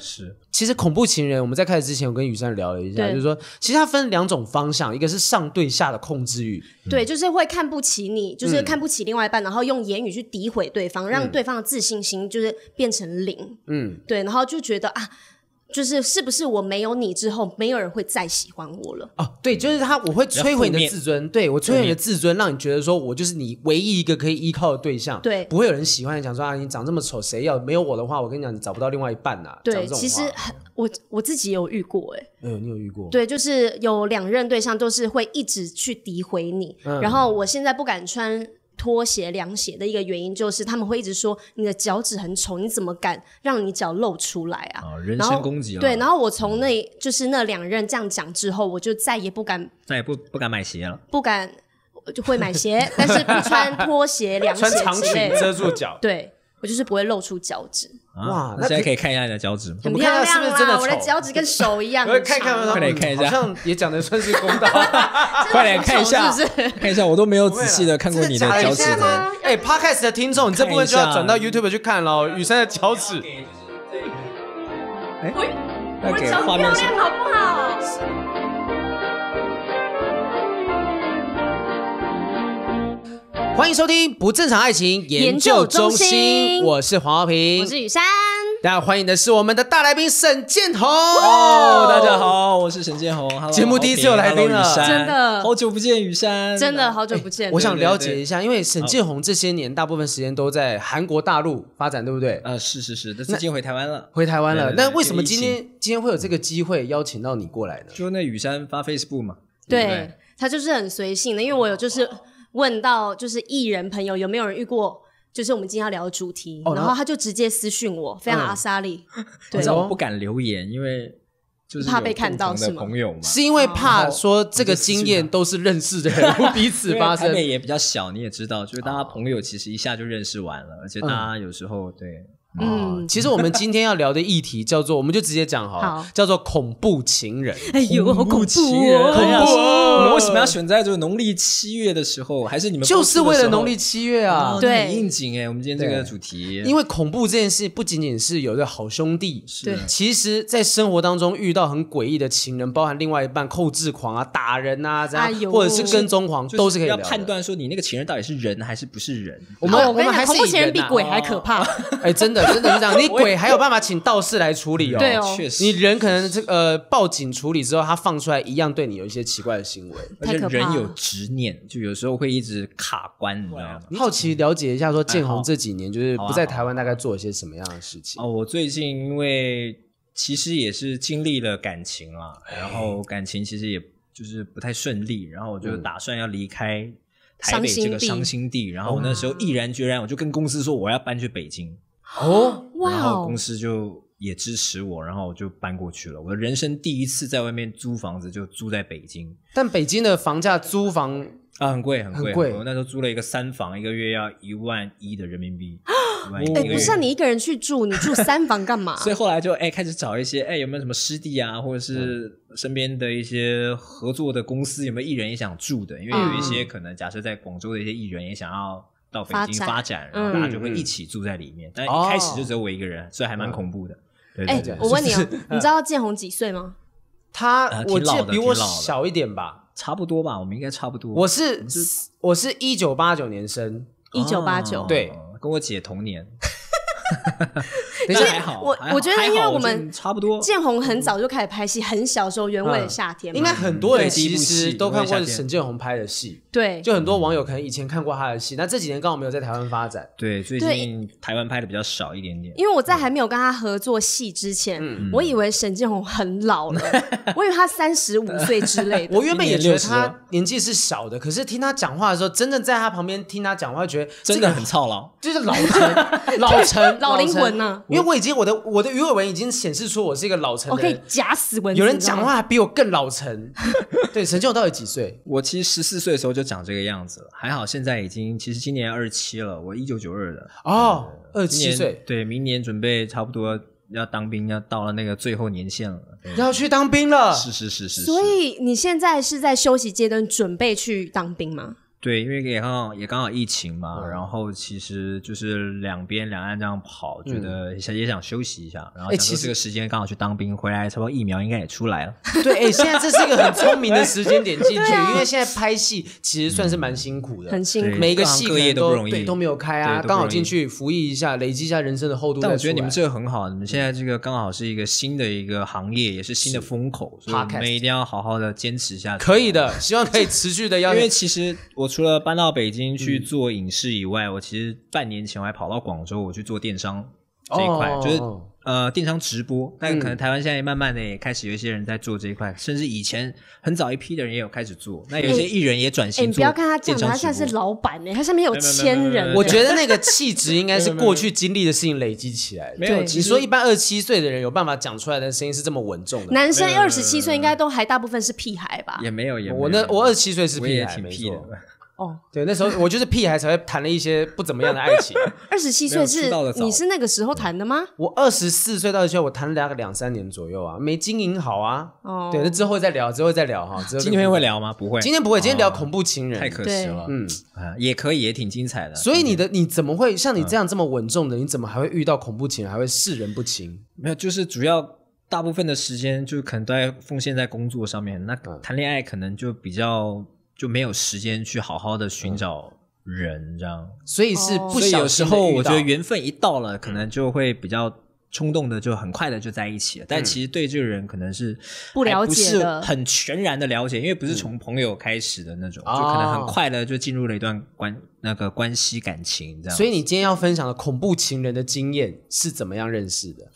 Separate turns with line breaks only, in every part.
是，其实恐怖情人，我们在开始之前，我跟雨珊聊了一下，
对
就是说，其实它分两种方向，一个是上对下的控制欲，
对，就是会看不起你，
嗯
就是看不起另外一半，然后用言语去诋毁对方，让对方的自信心就是变成零。
嗯，
对，然后就觉得啊，就是是不是我没有你之后，没有人会再喜欢我了？
哦，对，就是他，我会摧毁你的自尊，对我摧毁你的自尊，让你觉得说我就是你唯一一个可以依靠的对象，
对
不会有人喜欢你，讲说啊，你长这么丑，谁要？没有我的话，我跟你讲，你找不到另外一半呐、讲
对，
这种话
其实很我我自己有遇过、欸，
哎呦，你有遇过？
对，就是有两任对象都是会一直去诋毁你，
嗯
然后我现在不敢穿。拖鞋、凉鞋的一个原因就是，他们会一直说你的脚趾很丑，你怎么敢让你脚露出来啊？
啊，人
然后
身攻击了，
对，然后
嗯
我从那就是那两任这样讲之后，我就再也不敢
再也不不敢买鞋了。
不敢我就会买鞋，但是不穿 拖鞋、凉鞋
穿长
之类
裙
的。
遮住脚，
对我就是不会露出脚趾，
啊
哇那
那现在
可
可
以
以看一下你的脚趾吗，
我
很
们
漂
看他是
亮
不是真的
啦！
丑
我的脚趾跟手一样，
我会
很
看看
长
他
快
们
点看一下
好像也讲的算是公道。
快点看一下，
真的很丑啊是不是？
看一下，我都没有仔细的看过你的脚趾
真的假的
的。
哎，Podcast 的听众，你这部分就要转到 YouTube 去看喽。雨珊的脚趾，
哎，要给画面上，
好不好？
欢迎收听不正常爱情研究中
研究中
心，
心
我是黄浩
我
平。
是雨珊，
大家欢迎的是我们的大来宾沈建宏。
哦，
哦
大家。好，我是沈建宏。Hello，
节目第一次有来宾了
雨珊
真的
好久不见，雨珊，
真的好久不见。
哎我想
对
了
对
解
对
一下，因为沈建宏这些年大部分时间都在韩国大陆发展，对不对？
呃，是是是，但是已经回台湾了。
回台湾了，
对对
那
对
为什么今
就疫
天今天会有这个机会邀请到你过来呢？
就那雨珊发 Facebook 嘛，对不
对他就是很随性的，因为我有就是问到就是艺人朋友有没有人遇过。就是我们今天要聊的主题，
哦然
然
后
后他就直接私讯我，非常阿莎莉，
对，你
对
知道
哦
我不敢留言，因为就是
怕
有
被看到
共同的
是吗
朋友嘛，
是因为怕说这个经验都是认识的人彼此
因为
发
台
生，
北也比较小，你也知道，就是大家朋友其实一下就认识完了，而且大家有时候对，
嗯，
嗯
其实我们今天要聊的议题叫做，我们就直接讲好了
好，
叫做恐怖情人。
哎呦，好恐
情
怖
人，
哦！
哎呀
恐怖哦
我们为什么要选在就是农历七月的时候？还是你们
就是为了农历
七
七月啊
哦，对
很应景哎、我们今天这个主题，
因为恐怖这件事不仅仅是有的好兄弟，
对
其实在生活当中遇到很诡异的情人，包含另外一半控制狂啊、打人啊这
哎
样，
呦
或者是跟踪狂，
就
都是可以聊
要
的
判。断说你那个情人到底是人还是不是人。
我
哦
们
我跟你
们还
讲，
是
恐怖
以
情人比
啊
鬼还可怕。
哎，真的真的 是这样，你鬼还有办法请道士来处理哦。
对哦
确实，
你人可能这个呃报警处理之后，他放出来一样对你有一些奇怪的行为。
而且
太可怕
人
了
有执念，就有时候会一直卡关，你知道吗？
好奇了解一下，说建宏这几年就是
好啊
不在台湾，大概做了些什么样的事情？
哦，我最近因为其实也是经历了感情啦，
哎
然后感情其实也就是不太顺利，然后我
嗯
就打算要离开台北这个
伤心地
伤心地，然后我那时候毅然决然，我就跟公司说我要搬去北京，
哦，
哇
然后
哦
公，司就也支持我，然后我就搬过去了。我的人生第一次在外面租房子，就租在北京
但北京的房价租房
啊，很贵，很
很
贵，
贵
我那时候租了一个三房，一个月要一万一的人民币，一万一
哎
一个
哎，
月
不是啊你一个人去住，你住三房干嘛？
所以后来就哎、开始找一些哎、有没有什么师弟啊，或者是
嗯
身边的一些合作的公司有没有艺人也想住的，因为有一些可能假设在广州的一些艺人也想要到北京
嗯发哦
发展，然后大家
嗯
就会一起住在里面。但一开始就只有我一个人，所以还蛮恐怖的。对
哎
对对，，
我问你哦，你知道建宏几岁吗？
他
呃挺
我记
老
得
的
比我
挺老的
小一点吧，
差不多吧，我们应该差不多。
我是
嗯
我是一九八九年 生，
一九八九
哦。
对，
跟我姐同年，
等一
但
下
还好。
我
还好
我觉得
还好
因为
我
我
觉得
们
差不多，
建宏很早就开始拍戏，很小的时候，《原味的夏天》
嗯
嘛
应该很多人
对第一
其
部戏
实都看
因
过
为夏天
沈建宏拍的戏，
对，
就很多网友可能以前看过他的戏，那这几年刚好没有在台湾发展。
对，最
对
近台湾拍的比较少一点点。
因为我在还没有跟他合作戏之前，
嗯
我以为沈建宏很老 了，我以为他三十五岁之类的。
我原本也觉得
今年60
他年纪是小的，可是听他讲话的时候，真的在他旁边听他讲话，觉得
真
这个
的很操劳，
就是老 成老成
老灵魂啊
呢
呐，
因为我已经我的我的鱼尾纹已经显示出我是一个老成
我
的
哦可以
人。
假死蚊子。
有人
你知道
讲
吗，
话还比我更老 成，对，陈建宏到底几岁？
我其实十四岁的时候就长这个样子了，还好现在已经其实今年二七了，我一九九二的，
哦，二十
呃今
七
年
岁，
对，明年准备差不多要当兵，要到了那个最后年限了。对
要去当兵了。
是是是是，是
所以你现在是在休息阶段，准备去当兵吗？
对，因为也刚好也刚好疫情嘛，
嗯
然后其实就是两边两岸这样跑，觉得想也想休息一下，然后
嗯哎
想
其
说
实
这个时间刚好去当兵，回来差不多疫苗应该也出来了。
对，哎、现在这是一个很聪明的时间点 进去，因为现在拍戏其实算是蛮辛苦的，
很辛苦
对。
每一个戏
嗯各行各业
可能
都不容易
对都没有开啊，
对都不容易
刚好进去服役一下，累积一下人生的厚度再出来。嗯
但我觉得你们这个很好，你们现在这个刚好是一个新的一个行业，也是新的风口，所以我
Podcast
们一定要好好的坚持下去。
可以 的，希望可以持续的 要
因为其实我除了搬到北京
嗯
去做影视以外，我其实半年前我还跑到广州，我去做电商这一块，
哦嗯
就是呃电商直播。但可能台湾现在慢慢的也开始有一些人在做这一块，甚至以前很早一批的人也有开始做。那有些艺人也转
哎，
型
你
做
不要看他这
电
样子，
商
他
直播。
现在是老板呢，他下面有
没有没有
千
没有
人
没
呢。
有
我觉得那个气质应该是过去经历的事情累积起来的。
没有，
对
其
你
实
说一般二十七岁的人有办法讲出来的声音是这么稳重的吗？
男生
没有没有
二十七岁应该都还大部分是屁孩吧？
也没有，也没有
我那我二十七岁是
我
屁
也
孩，
挺
没
屁的
错。。
哦，
对，那时候我就是屁孩才会谈了一些不怎么样的爱 情。
二十七
没
岁
有
是
出道的早
你是那个时候谈的吗？
我二十四岁到现在，我谈了大概两三年左右啊，没经营好啊。
哦
对，那之后再聊，之后再聊哈。之后
今天会，聊吗？不会，
今天不会，今天聊
哦
恐怖情人。
太可惜了。
嗯，
啊，也可以，也挺精彩的。
所以你的你怎么会像
嗯
你这样这么稳重的？你怎么还会遇到恐怖情人，还会视人不清？
没有，就是主要大部分的时间就可能都在奉献在工作上面。那谈恋爱可能就比较就没有时间去好好的寻找人，这样。
所以是
哦
不
所以
小
有时
心地
候我
遇到
觉得缘分一到了，可能就会比较冲动的，就很快的就在一起了。但其实对这个人可能是
不了解
还不是
的
很全然的了解，因为不是从朋友开始的那种，
哦
就可能很快的就进入了一段关那个关系感情这样。
所以你今天要分享的恐怖情人的经验是怎么样认识的？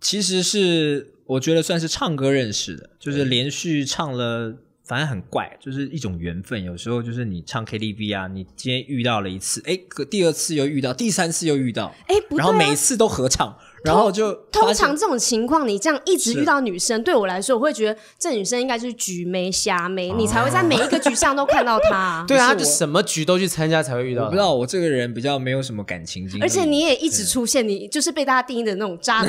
其实是我觉得算是唱歌认识的，就是连续唱了，反正很怪，就是一种缘分。有时候就是你唱 KTV 啊，你今天遇到了一次，哎，可第二次又遇到，第三次又遇到，
哎，不对
然后每一
啊。
次都合唱，然后就
通
发现
常这种情况，你这样一直
是
遇到女生，对我来说，我会觉得这女生应该就是橘妹、虾妹，你才会
哦
在每一个局上都看到她 啊。
对啊，
不
就是
我
什么局都去参加才会遇到。
我不知道，我这个人比较没有什么感情经历，
而且你也一直出现，你就是被大家定义的那种渣男。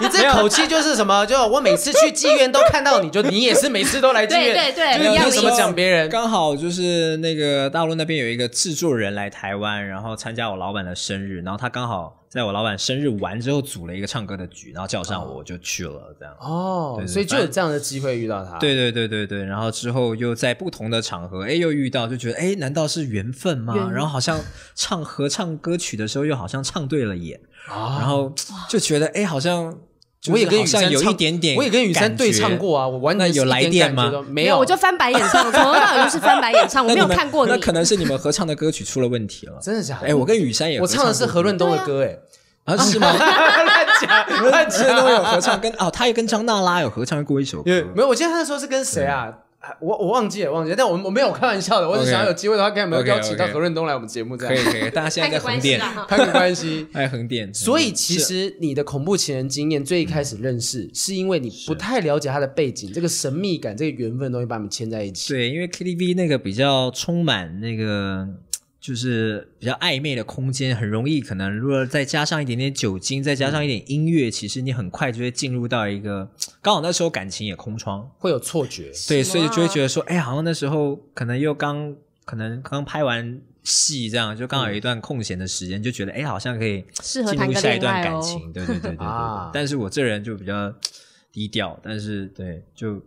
你这口气就是什么？就我每次去妓院都看到你，就你也是每次都来妓院，
对对
就
对
是
一样
凭
的
什么
意思
讲别人？
呃刚好就是那个大陆那边有一个制作人来台湾，然后参加我老板的生日，然后他刚好在我老板生日完之后组了一个唱歌的局，然后叫上我，我就去了，这样。
哦
对，对
所以就有这样的机会遇到他。
对对对对对，然后之后又在不同的场合，哎，又遇到，就觉得哎，难道是缘分吗？
缘
然后好像唱合唱歌曲的时候，又好像唱对了眼，然
啊，
后就觉得哎，好像就是
我也跟
好
雨
像
珊
有
唱
一点点，
我也跟雨珊对唱。过啊，我完全
那有
是一点
来电吗
感觉都没
没
有，
我就翻白眼唱，从头到尾就是翻白眼唱，我
那
没有
你们
看过你
那。可能是你们合唱的歌曲出了问题了。
真的假的？
哎，我跟雨珊也
我
合
唱的是
过
何润东的歌，哎，
啊，是吗？
乱
啊
讲乱
何润
讲
东。有合唱，跟哦，他也跟张娜拉有合唱过一首
也
歌。
没有，我记得他那时候是跟谁啊？啊我我忘记了，忘记了，但我我没有开玩笑的，我只
OK
想有机会的话，看有没有
OK，
邀请到
OK
何润东来我们节目这
可以
样
可以，大家现在在横店，。
啦。
拍个关系
哎，横店。
所以
嗯
其
是
实你的恐怖情人经验最一开始认识，是因为你不太了解他的背景，这个神秘感、这个缘分的东西把你们牵在一起。
对，因为 KTV 那个比较充满那个就是比较暧昧的空间，很容易可能如果再加上一点点酒精，再
嗯
加上一点音乐，其实你很快就会进入到一个刚好那时候感情也空窗，
会有错觉，
对，
什
所
么
以就会
啊
觉得说，哎，好像那时候可能又刚可能刚拍完。戏这样就刚好有一段空闲的时间，就觉得哎，好像可以
嗯适
进
合谈
入
个
下一
恋
段
爱
感
哦
情，对对对对对对。
啊
但是我这人就比较低调，但是对就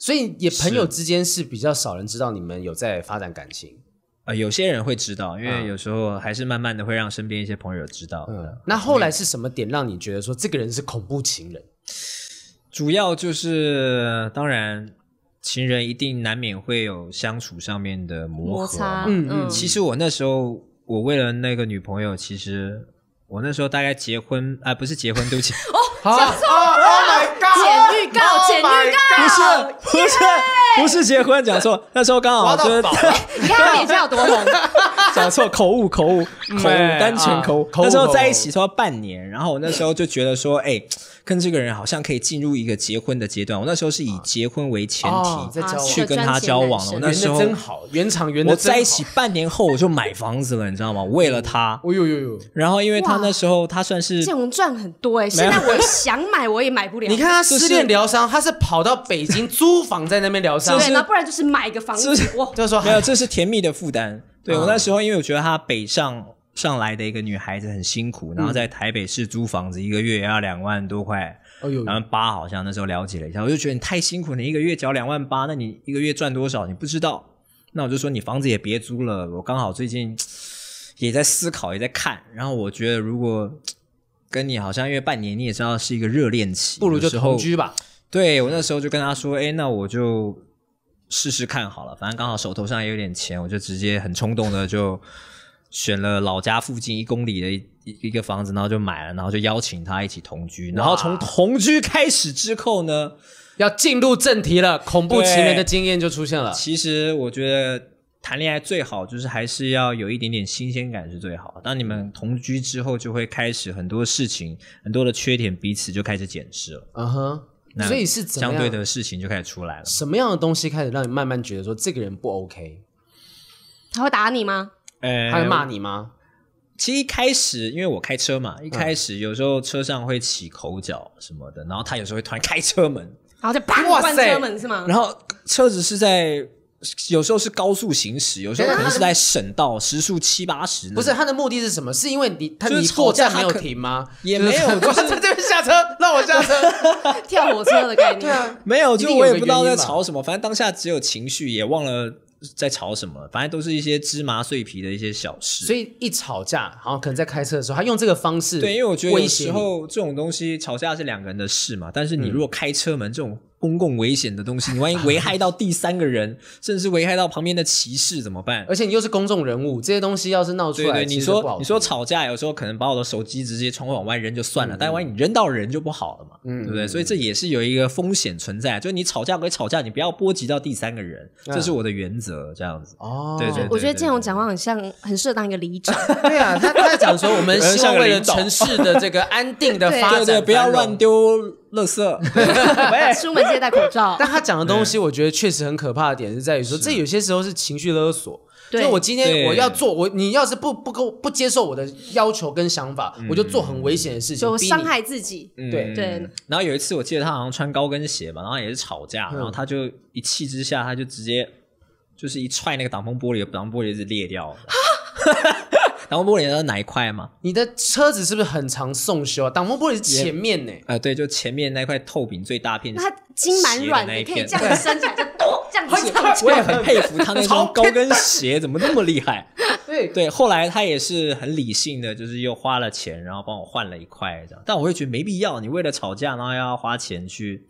所以也朋友之间是比较少人知道你们有在发展感情。
呃，有些人会知道，因
嗯
为有时候还是慢慢的会让身边一些朋友知道。
嗯，那后来是什么点让你觉得说这个人是恐怖情人？
主要就是，当然，情人一定难免会有相处上面的磨
摩
合
擦
嘛。，
嗯嗯
嗯，
其实我那时候，我为了那个女朋友，其实我那时候大概结婚啊、不是结婚，对不起，
好，Oh my God！
剪预告，剪预告，
不
哦
是不是不是结婚，讲错。那时候刚好
挖到
就是
宝
你看他脸上有多红，
讲错，口误，口误，口误，
哎
单纯口误
啊。口误
那时候在一起差不多半年，然后我那时候就觉得说，哎，跟这个人好像可以进入一个结婚的阶段。我那时候是以结婚为前
哦
提
在
啊
交往
去跟他交往了。我
是个
那
圆
时
的
候
真好，圆场圆的
我在一起半年后我就买房子了，你知道吗？为了他。
哦呦呦呦！
然后因为他那时候他算是
建宏赚很多哎，
没有
现在我想买我也买不了。
你看他
就是
失恋疗伤，他是跑到北京租房在那边疗伤
就，是
对，那不然就是买一个房子
就是，
哇，
就是说
没有，这是甜蜜的负担。对
嗯
我那时候，因为我觉得她北上上来的一个女孩子很辛苦，
嗯
然后在台北市租房子，一个月也要两万多块，
哦呦，
两万八好像那时候了解了一下，我就觉得你太辛苦，你一个月缴两万八，那你一个月赚多少你不知道？那我就说你房子也别租了，我刚好最近也在思考，也在看，然后我觉得如果跟你好像因为半年你也知道是一个热恋期，
不如就
有时候
同居吧。
对我那时候就跟他说，哎，那我就试试看好了，反正刚好手头上也有点钱，我就直接很冲动的就选了老家附近一公里的一一一个房子，然后就买了，然后就邀请他一起同居，然后从同居开始之后呢，
要进入正题了，恐怖情人的经验就出现了。
其实我觉得谈恋爱最好就是还是要有一点点新鲜感是最好。当你们同居之后，就会开始很多事情，很多的缺点彼此就开始检视了，
嗯哼，
那
所以是怎么
相
样
对的事情就开始出来了。
什么样的东西开始让你慢慢觉得说这个人不 OK？
他会打你吗？
呃
他会骂你吗？
其实一开始，因为我开车嘛，一
嗯
开始有时候车上会起口角什么的，然后他有时候会突然开车门，
然后就啪
哇
关
塞
车门是吗？
然后车子是在有时候是高速行驶，有时候可能是在省道，时速七八十那种。
不是他的目的是什么？是因为你
嗯
他
就是
你
吵
过
架
站没有
他可
停吗？
也
就是
没有
很
就是
快在这边下车，让 我下车。
跳火车的概念。
啊
没有，
定
就我
有
也
个
不知道
原因
在
吧
吵什么，反正当下只有情绪，也忘了在吵什么，反正都是一些芝麻碎皮的一些小事。
所以一吵架，好像可能在开车的时候，他用这个方式
对，因为我觉得有
威
时
胁你嗯
候这种东西吵架是两个人的事嘛，但是你如果开车门这种公共危险的东 西，你万一危害到第三个人，甚至危害到旁边的骑士怎么办？
而且你又是公众人物，这些东西要是闹出
对
来，
对，
其
你
实不
说
好
你说
听
吵架，有时候可能把我的手机直接窗户往外扔就算了，但万一你扔到人就不好了嘛，
嗯
对不对？所以这也是有一个风险存在，就是你吵架归吵架，你不要波及到第三个人，
啊
这是我的原则，这样子。
哦，
对对
我觉得建宏讲话很像，很适合当一个里 长。
对啊，他他在讲说我们
有人
希
像
望
个
为了
领导
城市的这个安定的
对
发
对
展，
对，不要
繁荣
乱丢垃圾。 喂，
出门记得戴口罩。
哎
但他讲的东西，我觉得确实很可怕的点是在于说，这有些时候是情绪勒索。
对
所以我今天
对
我要做，我你要是不不跟我不接受我的要求跟想法，我就做很危险的事情，
就
逼你
伤。害 自己。
对
对
嗯然后有一次我记得他好像穿高跟鞋嘛，然后也是吵架，
嗯
然后他就一气之下，他就直接就是一踹那个挡风玻璃，挡风玻璃是裂掉了。
啊
挡风玻璃的哪一块嘛？
你的车子是不是很常送修啊？挡风玻璃是前面呢、
呃，对，就前面那块透明最大片。
那他筋蛮软
斜的那
的，
一
可以
片
这样伸起来，就咚这样子上去。
我也很佩服他那 双高跟鞋怎么那么厉害。
对
对，后来他也是很理性的，就是又花了钱，然后帮我换了一块这样。但我会觉得没必要，你为了吵架，然后要花钱去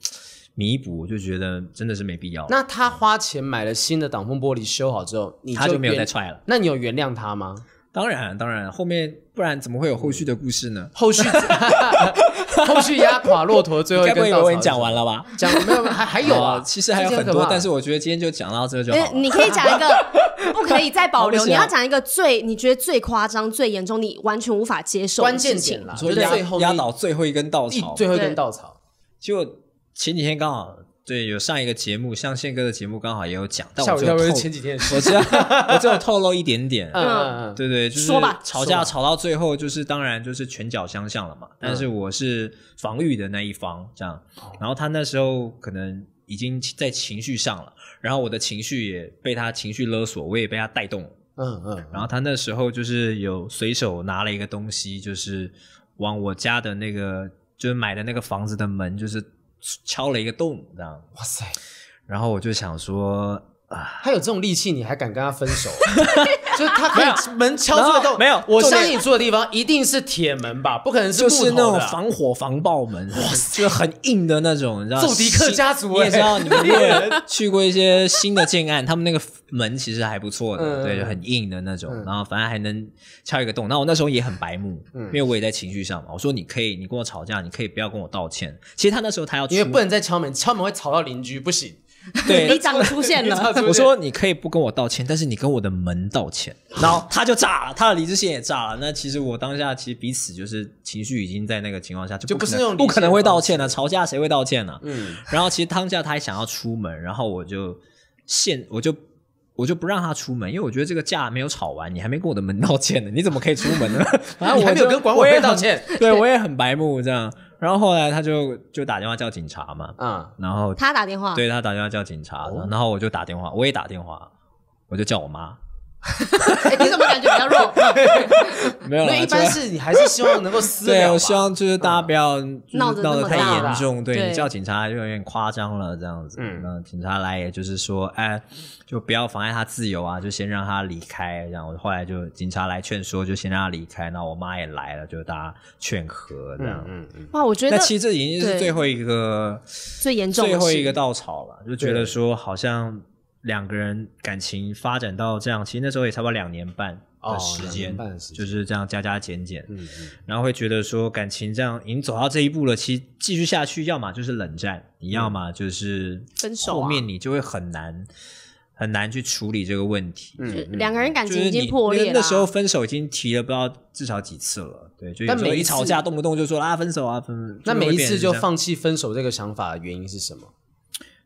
弥补，我就觉得真的是没必要。
那他花钱买了新的挡风玻璃，修好之后，你
他就没有
原
再踹了。
那你有原谅他吗？
当然，当然，后面不然怎么会有后续的故事呢？
后续 后续压垮骆驼最后一
该不
根
会以
稻
为
草
我已
是什么。
经讲完了吧？
讲没有？还还有啊
哦，其实还有很
这件可
多，
怕
但是我觉得今天就讲到这就好
呃
了。
你可以讲一个不可以再保留，
我不
你
行啊
要讲一个最你觉得最夸张、最严重、你完全无法接受的
关键
事情
点啦，
所以
就是
压
最后一
压倒最后一根稻
一
草嘛，
最后一
对
根稻草。
就前几天刚好对有上一个节目，像宪哥的节目刚好也有讲，但
吓
我
我一
就
跳，
透
我是前几天的事。
我只有我只有透露一点 点。
嗯嗯嗯，
对对，就是
说吧
吵
说吧嗯
架吵到最后，就是当然就是拳脚相向了嘛。但是我是防御的那一方，这样。
哦
然后他那时候可能已经在情绪上了，然后我的情绪也被他情绪勒索，我也被他带动了。
嗯嗯
然后他那时候就是有随手拿了一个东西，就是往我家的那个就是买的那个房子的门，就是敲了一个洞这样。
哇塞，
然后我就想说，
他有这种力气，你还敢跟他分手？就是他可以门敲出个
然
洞，
后没有
我
重点
相信你住的地方一定是铁门吧，不可能
就
木
是那
头
种
的啊。
防火防爆门，哇塞，就是很硬的那种，你知道？
揍迪克
新
家族
你也知
欸
道，你们如果去过一些新的建案，他们那个门其实还不错
嗯
的，对，就很硬的那种，然后反正还能敲一个洞。那我那时候也很白目，
嗯
因为我也在情绪上嘛，我说你可以，你跟我吵架，你可以不要跟我道歉。其实他那时候他要出
因为不能再敲门，敲门会吵到邻居，不行。
里
对。
长出现了，
我说你可以不跟我道歉，但是你跟我的门道歉， 然后他就炸了，他的理智线也炸了。那其实我当下其实彼此就是情绪已经在那个情况下，就
就
不
不是
可能
那种理
不可能
性
会
方
道歉的、啊吵架谁会道歉呢、嗯，然后其实当下他还想要出门，然后我就现我就我就不让他出门，因为我觉得这个架没有吵完，你还没跟我的门道歉呢，你怎么可以出 门呢？然后
你还
我
没有
就
跟管
我
委
也
会道
很
歉，
对我也很白目这样。然后后来他就就打电话叫警察嘛，
啊，
然后
他打电话，哦
对他打电话叫警察，然后我就打电话，我也打电话，我就叫我妈，
哎，你怎么感觉比 较弱？
没有
因
啦，
为一般
就是
你还是希望能够私
对，
了吧
我希望就是大家不要嗯就是
闹
闹
得那么
得太
大
啦
严重，对
对
你叫警察就有点夸张了这样子。
嗯
那警察来也就是说，哎，就不要妨碍他自由啊，就先让他离开。这样，我后来就警察来劝说，就先让他离开。那我妈也来了，就大家劝和这样。
嗯嗯
哇，我觉
那
得
其实这已经是
对
最后一个
最严重的
最
是
后一个稻草了，就觉得说好像两个人感情发展到这样，其实那时候也差不多两年半
哦
的时
两
间，
年半的时间
就是这样加加减减，
嗯
然后会觉得说感情这样已经走到这一步了，其实继续下去，要么就是冷战，你
嗯
要么就是
分手啊
后面你就会很难很难去处理这个问题。
嗯
就
嗯，
两个人感
就
情
是
已
你
经破裂
那
了。啊
那时候分手已经提了不知道至少几次了，对，就有
但
时候
每一
一吵
次
架动不动就说啊分手啊分，
那
会
每一
变
次
成
就
这样
放弃分手这个想法的原因是什么？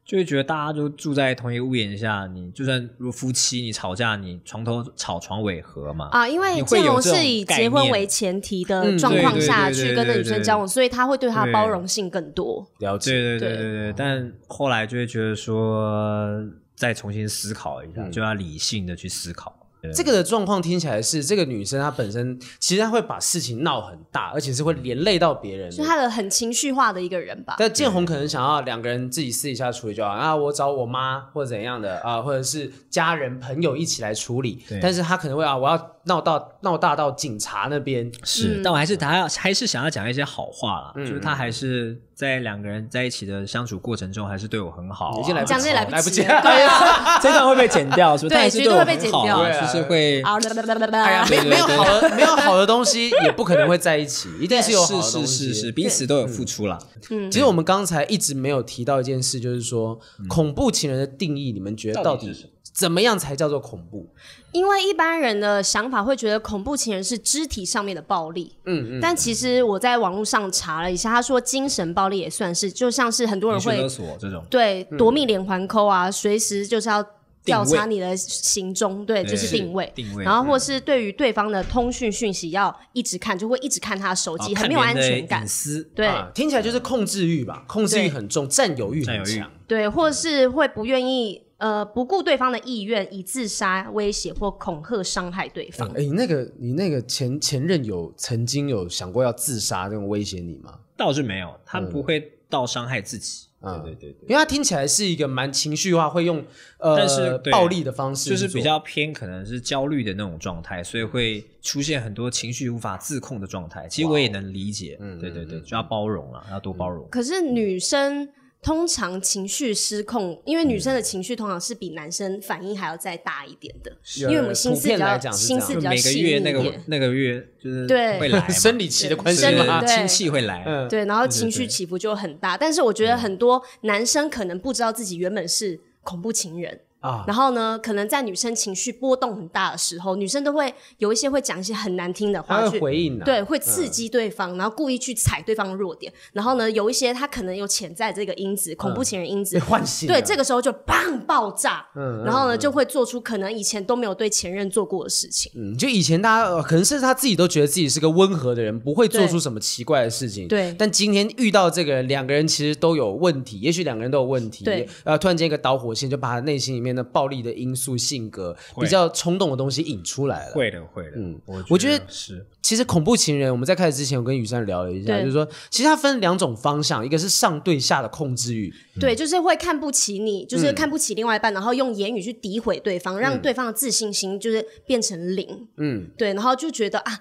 就会觉得大家都住在同一个屋檐下，你就算如果夫妻你吵架，你床头吵床尾和嘛。
啊，因为
你会
建
有
龙
这种
是以
概
结婚
念
为前提的
嗯
状
对
况
对
下
对
去
对
跟那
对
女生
对
交往，所以他会对她的
对
包容性更多。
了解，
对对对
对
对对，但后来就会觉得说，再重新思考一下，
嗯
就要理性的去思考。对
这个的状况听起来是这个女生她本身其实她会把事情闹很大，而且是会连累到别人的。
就他的很情绪化的一个人吧。
但建宏可能想要两个人自己私底下处理就好啊，我找我妈或者怎样的啊，或者是家人朋友一起来处理
对。
但是他可能会啊，我要闹到闹大到警察那边，
嗯
是，但我还是他要还是想要讲一些好话啦，就是他
嗯
还是在两个人在一起的相处过程中，还是对我很好、啊。
已经来不及
讲这也来
来
不
不及
及
哎
了对啊，
这段会被剪掉， 是不是？
对
他还是
绝对
我
会被
很
剪
好
掉
啊
对啊
就是会
啊，啦啦啦啦啦啦
哎 呀，没
对
没有好的没有好的东西，也不可能会在一起，一定是有好
是
的东
是是
西。
是，彼此都有付出啦。
嗯
其实我们刚才一直没有提到一件事，就是说、恐怖情人的定义，你们觉得嗯到
到底是
底怎么样才叫做恐怖？
因为一般人的想法会觉得恐怖情人是肢体上面的暴力，
嗯嗯，
但其实我在网络上查了一下，他说精神暴力也算是，就像是很多
情
人
绪勒
会
索这种，
对夺命连环扣啊，随时就是要调
嗯
查
定位哎
你的行踪，对，就是定位。
定位，
然后或是对于对方的通讯讯息要一直看，就会一直看他手
啊
机，
看
很没有
别
安
人的
全感
隐。私
对、
啊听起来就是控制欲吧，控制欲很重，占有欲
占有
很
欲
强。
对，或是会不愿意呃不顾对方的意愿，以自杀、威胁或恐吓伤害对方。
哎、你那个你那个前前任有曾经有想过要自杀这种威胁你吗？
倒是没有，他不会到伤害自己。
嗯
对对对对，
因为他听起来是一个蛮情绪化，会用呃
但是对
暴力的方式
就
去做，
是比较偏可能是焦虑的那种状态，所以会出现很多情绪无法自控的状态。其实我也能理解，
嗯
对对对，
嗯
就要包容啊，要多包容。
可是女生通常情绪失控，因为女生的情绪通常是比男生反应还要再大一点的，
是
因为我们心思比
普遍来
较
讲是这
心
样
思
就
比较
每个
细腻
月
一
那
点
个。那个月就是
对
会来嘛
生理期的关系
生理
嘛。
对
亲戚会来，
嗯
对，然后情绪起伏就很大，但是我觉得很多男生可能不知道自己原本是恐怖情人，
啊，
然后呢，可能在女生情绪波动很大的时候，女生都会有一些会讲一些很难听的
他
话去
会回应啊，
对，会刺激对方，然后故意去踩对方的弱点，然后呢，有一些他可能有潜在这个因子，恐怖情人因子
嗯被，唤醒啊了。
对，这个时候就砰爆炸，
嗯
然后呢，就会做出可能以前都没有对前任做过的事情。
嗯，就以前大家呃可能甚至他自己都觉得自己是个温和的人，不会做
对
出什么奇怪的事情。
对
但今天遇到这个人，两个人其实都有问题，也许两个人都有问题。
对。
呃，突然间一个导火线，就把他内心里面的暴力的因素、性格、
会
比较冲动的东西引出来了。。
会的会的。
嗯
我
我觉得
是
其实恐怖情人，我们在开始之前，我跟雨珊聊了一下，
对
就是说，其实它分两种方向，一个是上对下的控制欲，
对，就是会看不起你，就是
嗯
看不起另外一半，然后用言语去诋毁对方，让对方的自信心就是变成零。
嗯，
对，然后就觉得啊，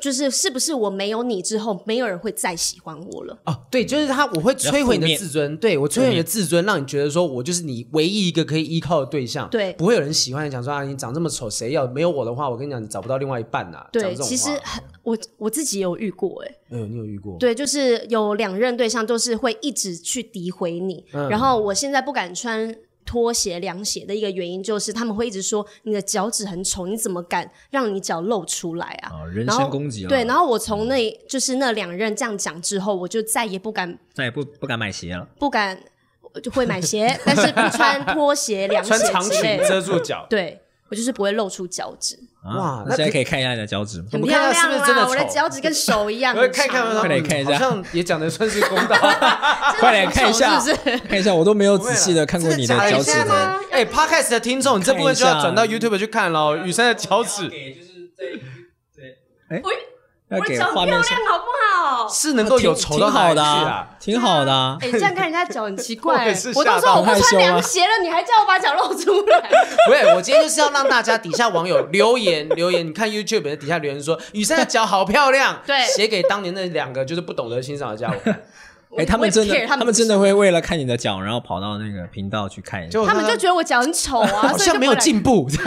就是是不是我没有你之后，没有人会再喜欢我了？
哦，对，就是他，我会摧毁你的自尊，对我摧毁你的自尊，让你觉得说我就是你唯一一个可以依靠的对象，
对
不会有人喜欢你，讲说啊，你长这么丑，谁要？没有我的话，我跟你讲，你找不到另外一半呐、啊。讲
对，
这种
其实
话
很我我自己也有遇过、欸，
哎呦，你有遇过？
对，就是有两任对象都是会一直去诋毁你，
嗯
然后我现在不敢穿。拖鞋、凉鞋的一个原因就是，他们会一直说你的脚趾很丑，你怎么敢让你脚露出来啊？
啊，人
然后
身攻击了，
对，然后我
嗯
从那就是那两任这样讲之后，我就再也不敢
再也不不敢买鞋了。
不敢我就会买鞋，但是不穿拖鞋、凉
穿
鞋
长
之类
裙
的。
遮住脚，
对，我就是不会露出脚趾。
啊
哇
那
那
现在
可
可以看一下你的脚趾吗？
我
很
们看
漂
他是
亮
不是真的
啦，我的
丑
脚趾跟手一 样
我
很
看
长。啊
看到，
快点看一下
好像也讲的算是公道。
真的很
快点看一下
丑是不是？
看一下，我都没有 仔细的看过你的脚趾
真的假的
头。
吗
哎，Podcast 的听众，你这部分就要转到 YouTube 去看喽。雨珊的脚
哦
趾
要
我的
给
脚
画
很漂
面上
亮，好不好？
是能够有
挺
丑到
挺
哪
好
里去
的
啊
啊，。挺好的啊。
哎、这样看人家脚很奇
我
怪、
也是
我都
吓
说
到
我不
害羞啊
穿
吗
凉鞋了，你还叫我把脚露出来？
不是，我今天就是要让大家底下网友留言 留言，你看 YouTube 的底下留言说雨珊的脚好漂亮，
对
写给当年那两个就是不懂得欣赏的 家伙，
哎，他们真的，
他
他们真的，会为了看你的脚，然后跑到那个频道去看一下。
就
他们就觉得我脚很丑 啊，
好像没有
劲。
进步，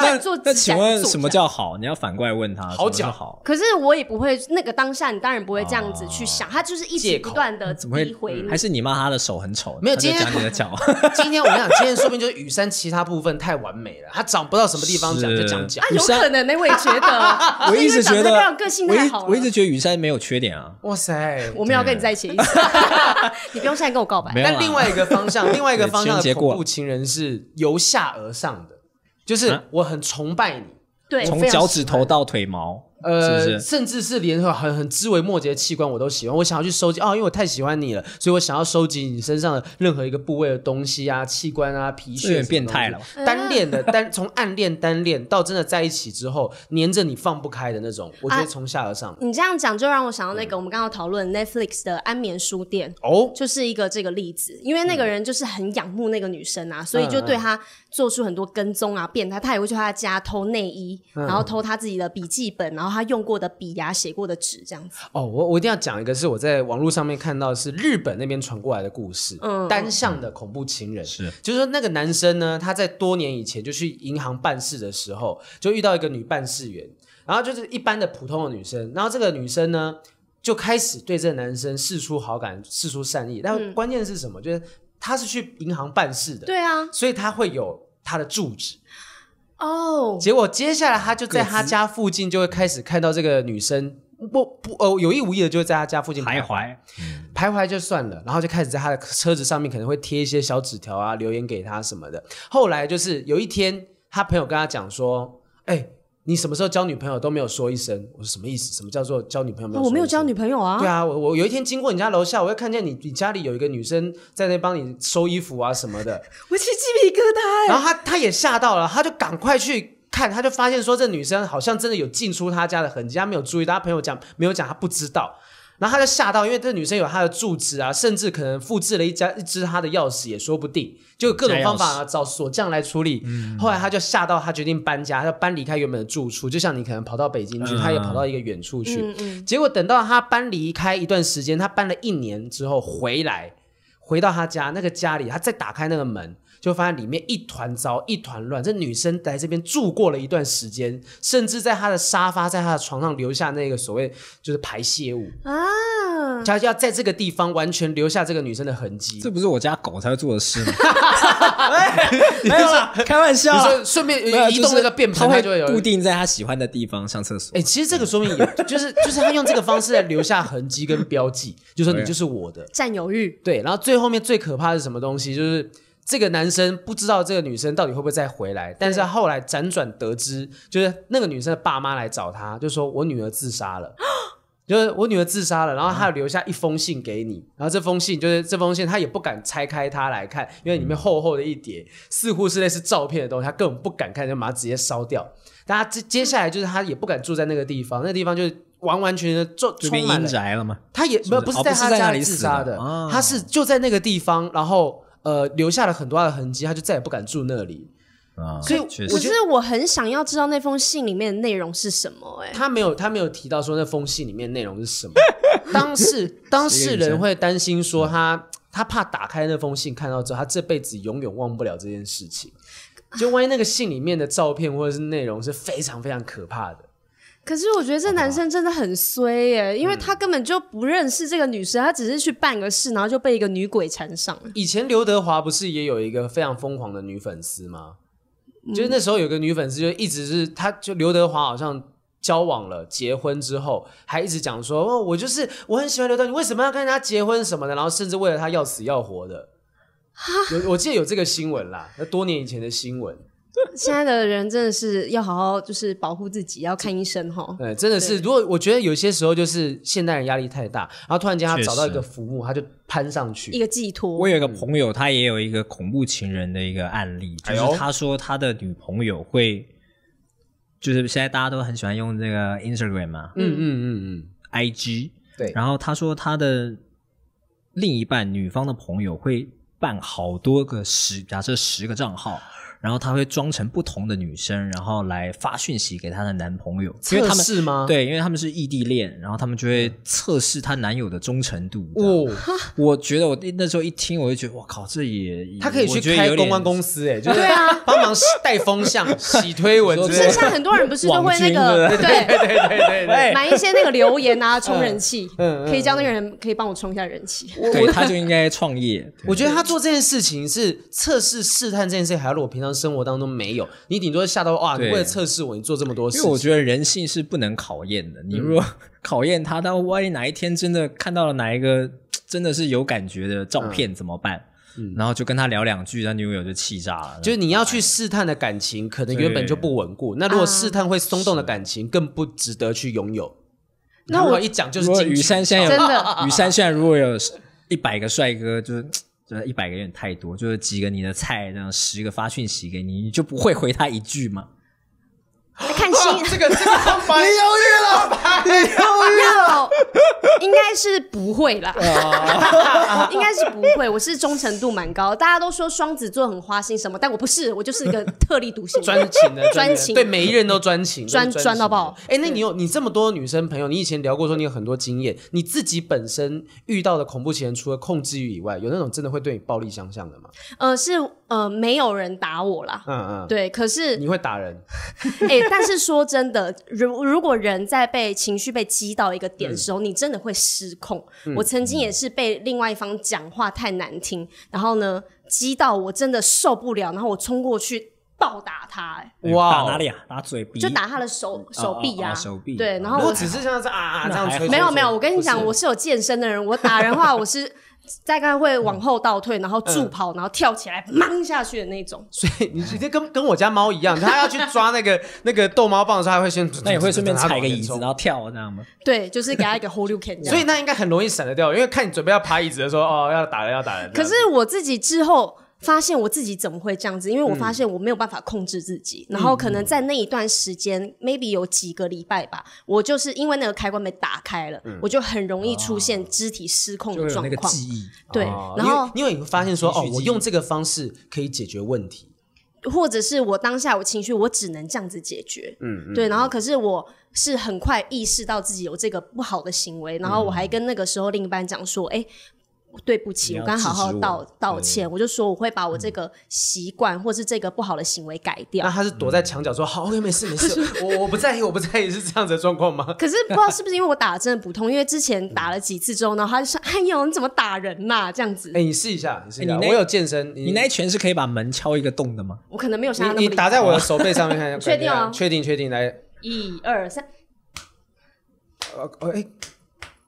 那
做指甲
那请问
做指
什么
甲
叫好？你要反过来问他，
好脚
什么是好。
可是我也不会，那个当下你当然不会这样子去想，他就是一
借
直
口
不断的
哦怎么会
诋毁你
还。是你骂他的手很丑？
没有
他
今
就
天
讲你的 脚。
今天我跟你讲，今天说不定就是雨山其他部分太完美了，他长不到什么地方讲，
是
就讲讲
啊。，有
雨珊。
可能呢、我也觉得
我一直觉
啊是因为长
得
非常个性
我
太
一
好了。
我一直觉得雨山没有缺点啊。
哇塞！
我们要跟你在一起的意 思， 你不用现在跟我告白
没。有啊
但另外一个方 向，另外一个方向
情人
的
节过
恐怖情人是由下而上的，就是
啊
我很崇拜你，
对，
从
非常
脚
喜
趾
欢
头到腿毛，
呃，
是不是？
甚至是连很很枝微末节的器官我都喜欢，我想要去收集哦，因为我太喜欢你了，所以我想要收集你身上的任何一个部位的东西啊，器官啊、皮
这有
屑。
点变态了吧？
单恋的单， 从暗恋单恋到真的在一起之后，黏着你放不开的那种，我觉得
啊
从下而上。
你这样讲就让我想到那个我们刚刚讨论 Netflix 的《安眠书店》，
哦，
就是一个这个例子，因为那
嗯
个人就是很仰慕那个女生啊，所以就对她做出很多跟踪啊、变态。他也会去她家偷内衣，
嗯
然后偷她自己的笔记本，然后她用过的笔呀、写过的纸这样子。
哦，我我一定要讲一个，是我在网络上面看到是日本那边传过来的故事，
嗯
单向的恐怖情人
是
就是说那个男生呢，他在多年以前就去银行办事的时候，就遇到一个女办事员，然后就是一般的普通的女生，然后这个女生呢就开始对这个男生示出好感，示出善意，但关键是什么？就是他是去银行办事的，
嗯对啊，
所以他会有他的住址。
哦，
结果接下来他就在他家附近就会开始看到这个女生不不哦有意无意的就会在他家附近
徘
徘
徊，
徘徊就算了，然后就开始在他的车子上面可能会贴一些小纸条啊，留言给他什么的。后来就是有一天，他朋友跟他讲说：“哎、你什么时候交女朋友都没有说一声？”我说：“什么意思？什么叫做交女朋友没有、
哦我没有交。女朋友啊。
对啊，我我有一天经过你家楼下，我会看见你你家里有一个女生在那帮你收衣服啊什么的，
我起鸡皮疙瘩、
然后他他也吓到了，他就赶快去看，他就发现说这女生好像真的有进出他家的痕迹，他没有注意到，他朋友讲没有讲，他不知道。然后他就吓到，因为这女生有她的住址啊，甚至可能复制了一家一支她的钥匙也说不定，就有各种方法、
家
啊、找锁匠来处理。
嗯
后来他就吓到，他决定搬家，他就搬离开原本的住处，就像你可能跑到北京去，
嗯
他也跑到一个远处去。
嗯嗯，
结果等到他搬离开一段时间，他搬了一年之后回来，回到他家那个家里，他再打开那个门，就发现里面一团糟，一团乱。这女生来这边住过了一段时间，甚至在他的沙发、在他的床上留下那个所谓就是排泄
嗯
物，
啊，
他就要在这个地方完全留下这个女生的痕迹
这。不是我家狗才会做的事 吗？
哎
没有 啦，开玩笑
你
啊。
说顺便
没有啊
移动
就是
那个便盆，
它
它就会有
固定在他喜欢的地方上厕所
哎、。其实这个说明也就是就是他用这个方式来留下痕迹跟标记，就说你就是我的。
占有欲。
对，然后最后面最可怕的是什么东西？就是这个男生不知道这个女生到底会不会再回来，但是他后来辗转得知，就是那个女生的爸妈来找他，就说我女儿自杀了。就是我女儿自杀了，然后她留下一封信给你，然后这封信就是这封信，她也不敢拆开它来看，因为里面厚厚的一叠，似乎是类似照片的东西，她根本不敢看，就把它直接烧掉。但她接接下来就是她也不敢住在那个地方，那地方就是完完全全的就
就
充
变
满
阴
了
宅了嘛？
他也
是
没有
不
不
是
是
哦
在
不是
他
在那
家
里
里自
死
杀
的哦
他是就在那个地方，然后呃留下了很多他的痕迹，他就再也不敢住那里。
啊，
所以
确
我
可
实
觉得
是我很想要知道那封信里面的内容是什么、哎，
他没有他没有提到说那封信里面内容是 什么，当事当事
是一个女
人
生
会担心说他他怕打开那封信看到之后，他这辈子永远忘不了这件事情。就万一那个信里面的照片或者是内容是非常非常可怕的，
可是我觉得这男生真的很衰耶、
嗯
因为他根本就不认识这个女生，他只是去办个事，然后就被一个女鬼缠上了。
以前刘德华不是也有一个非常疯狂的女粉丝吗？就是那时候有个女粉丝，就一直是，她就刘德华好像交往了，结婚之后还一直讲说，哦，我就是我很喜欢刘德华，你为什么要跟人家结婚什么的？然后甚至为了他要死要活的。有我记得有这个新闻啦，那多年以前的新闻。
现在的人真的是要好好就是保护自己，要看医生哈。
对，真的是，如果我觉得有些时候就是现代人压力太大，然后突然间他
确实
找到一个浮木，他就攀上去
一。个寄托。
我有一个朋友，他也有一个恐怖情人的一个案例，就
哎呦
是他说他的女朋友会，就是现在大家都很喜欢用这个 Instagram 嘛、
嗯嗯嗯嗯，
IG，
对，
然后他说他的另一半女方的朋友会办好多个十，假设十个账号，然后他会装成不同的女生，然后来发讯息给她的男朋友，因为
测
他们
试吗？，嗯
对，因为他们是异地恋，然后他们就会测试她男友的忠诚度。哦，
哦，
我觉得我那时候一听，我就觉得，我靠，这也
他可以
我觉
去
得
开
有点
公 关公司，哎，就是
对啊
帮忙带风向、洗推文之
你
类
现
说
的。
在很多人不是都会那
网
个
军
对
对对对对对，
买一些那个留言啊，充人气，
嗯嗯
可以叫那个人可以 帮我充一下人气。
对，他就应该创业。
我觉得他做这件事情是测试试探这件事，情，还要我平常生活当中没有。你顶多吓到哇，你
对
为了测试我，你做这么多事
因
情。
为我觉得人性是不能考验的，你如果
嗯
考验他，但万一哪一天真的看到了哪一个真的是有感觉的
嗯
照片怎么办？然后就跟他聊两句，他女友就气炸了。
就是你要去试探的感情，可能原本就不稳固。那
啊
如果试探会松动的感情，更不值得去拥有。
那
如果
我
一讲就是
如果
进
雨 山现在有
真
哦
的
雨山现在如果有一百个帅哥，就是这一百个有点太多，就是几个你的菜，这样十个发讯息给你，你就不会回他一句吗？
看新
这个这 个方法
要哦应该是不会啦，
啊
应该是不会。我是忠诚度蛮高，大家都说双子座很花心什么，但我不是，我就是一个特立独行 的人
专。情的
专情
对每一人都专情，
专
都是
专
情
到
的
爆。
哎，那你有你这么多女生朋友，你以前聊过说你有很多经验，你自己本身遇到的恐怖情人，除了控制欲以外，有那种真的会对你暴力相向的吗？
呃，是呃，没有人打我啦。
嗯嗯，
对，可是
你会打人，
哎、但是说真的，如如果人在被情绪被激到一个
嗯
点的时候，你真的会失控。我曾经也是被另外一方讲话太难听，然后呢，激到我真的受不了，然后我冲过去暴打他、哎，
哇哦
打哪里啊？打嘴鼻？
就打他的手手臂
哦
啊，
哦手臂
对，然
如
后
果
我
只是像是啊啊这样
那还
吹，
没有
吹
没有，
吹
我跟 你讲，我是有健身的人，我打人的话，我是 大概会往后倒退，然后
嗯
助跑，然后跳起来mang 下去的那种。
所以你直接跟跟我家猫一样，它要去抓那个 那个逗猫棒的时候，它会先
那你会顺便踩个椅子，
然
然
后
后跳这样吗？
对，就是给他一个 hold you can 这
所
样。
以那应该很容易闪得掉，因为看你准备要爬椅子的时候，哦，要打人要打人。
可是我自己之后。发现我自己怎么会这样子？因为我
嗯
发现我没有办法控制自己，然后可能在那一段时间、m a y b e 有几个礼拜吧，我就是因为那个开关被打开了，我就很容易出现肢体失控
嗯啊就
的
会有
状
那个
况。
记忆。啊
对，
哦
然后
因为因为你会发现说，
情
哦
绪，
我
记忆
用这个方式可以解决问题。
或者是我当下我情绪，我只能这样子解决。
嗯，
对，然后可是我是很快意识到自己有这个不好的行为，然后
嗯
我还跟那个时候另一半讲说，哎、对不起，
你
我
要
刚好好
制止我
道道
对
歉，我就说我会把我
嗯
这个习惯或是这个不好的行为改
那
掉。
他是躲在墙角说，好，OK，没事没 事，我我不在意，我不在意，是这样子的状况吗？
可是不知道是不是因为我打得真的不痛，因为之前
嗯
打了几次之后呢，他就说：“哎呦，你怎么打人呐、这样子
哎，，你试一下，你试一下，
哎
我
你那
有健身，
你那一拳是可以把门敲一个洞的吗？
我可能没有像他那
你
么
你
厉
打
害
在我的手背 上面看一下，
确定啊
确定确定，来，
一二三，
哎呃，呃哎，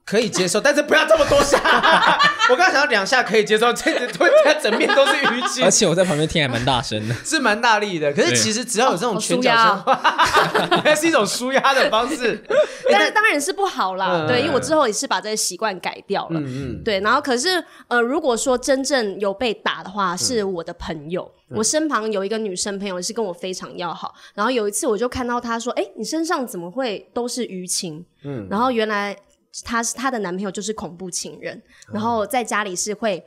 可以接受，但是不要这么多下。 我刚刚想要两下可以接受，这这这整面都是淤
而
青，。
且我在旁边听还蛮大声的
是蛮大力的。可是其实只要有这种
好
拳
舒
脚
压
相
啊，
那是一种舒压的方 式。
但是当然是不好啦，
嗯
对，因为我之后也是把这个习惯改掉了。
嗯
对，然后可是呃，如果说真正有被打的话，是我的朋友，我身旁有一个女生朋友是跟我非常要好，然后有一次我就看到她说：“哎、你身上怎么会都是淤青？”嗯，然后原来她是她的男朋友就是恐怖情人，然后在家里是会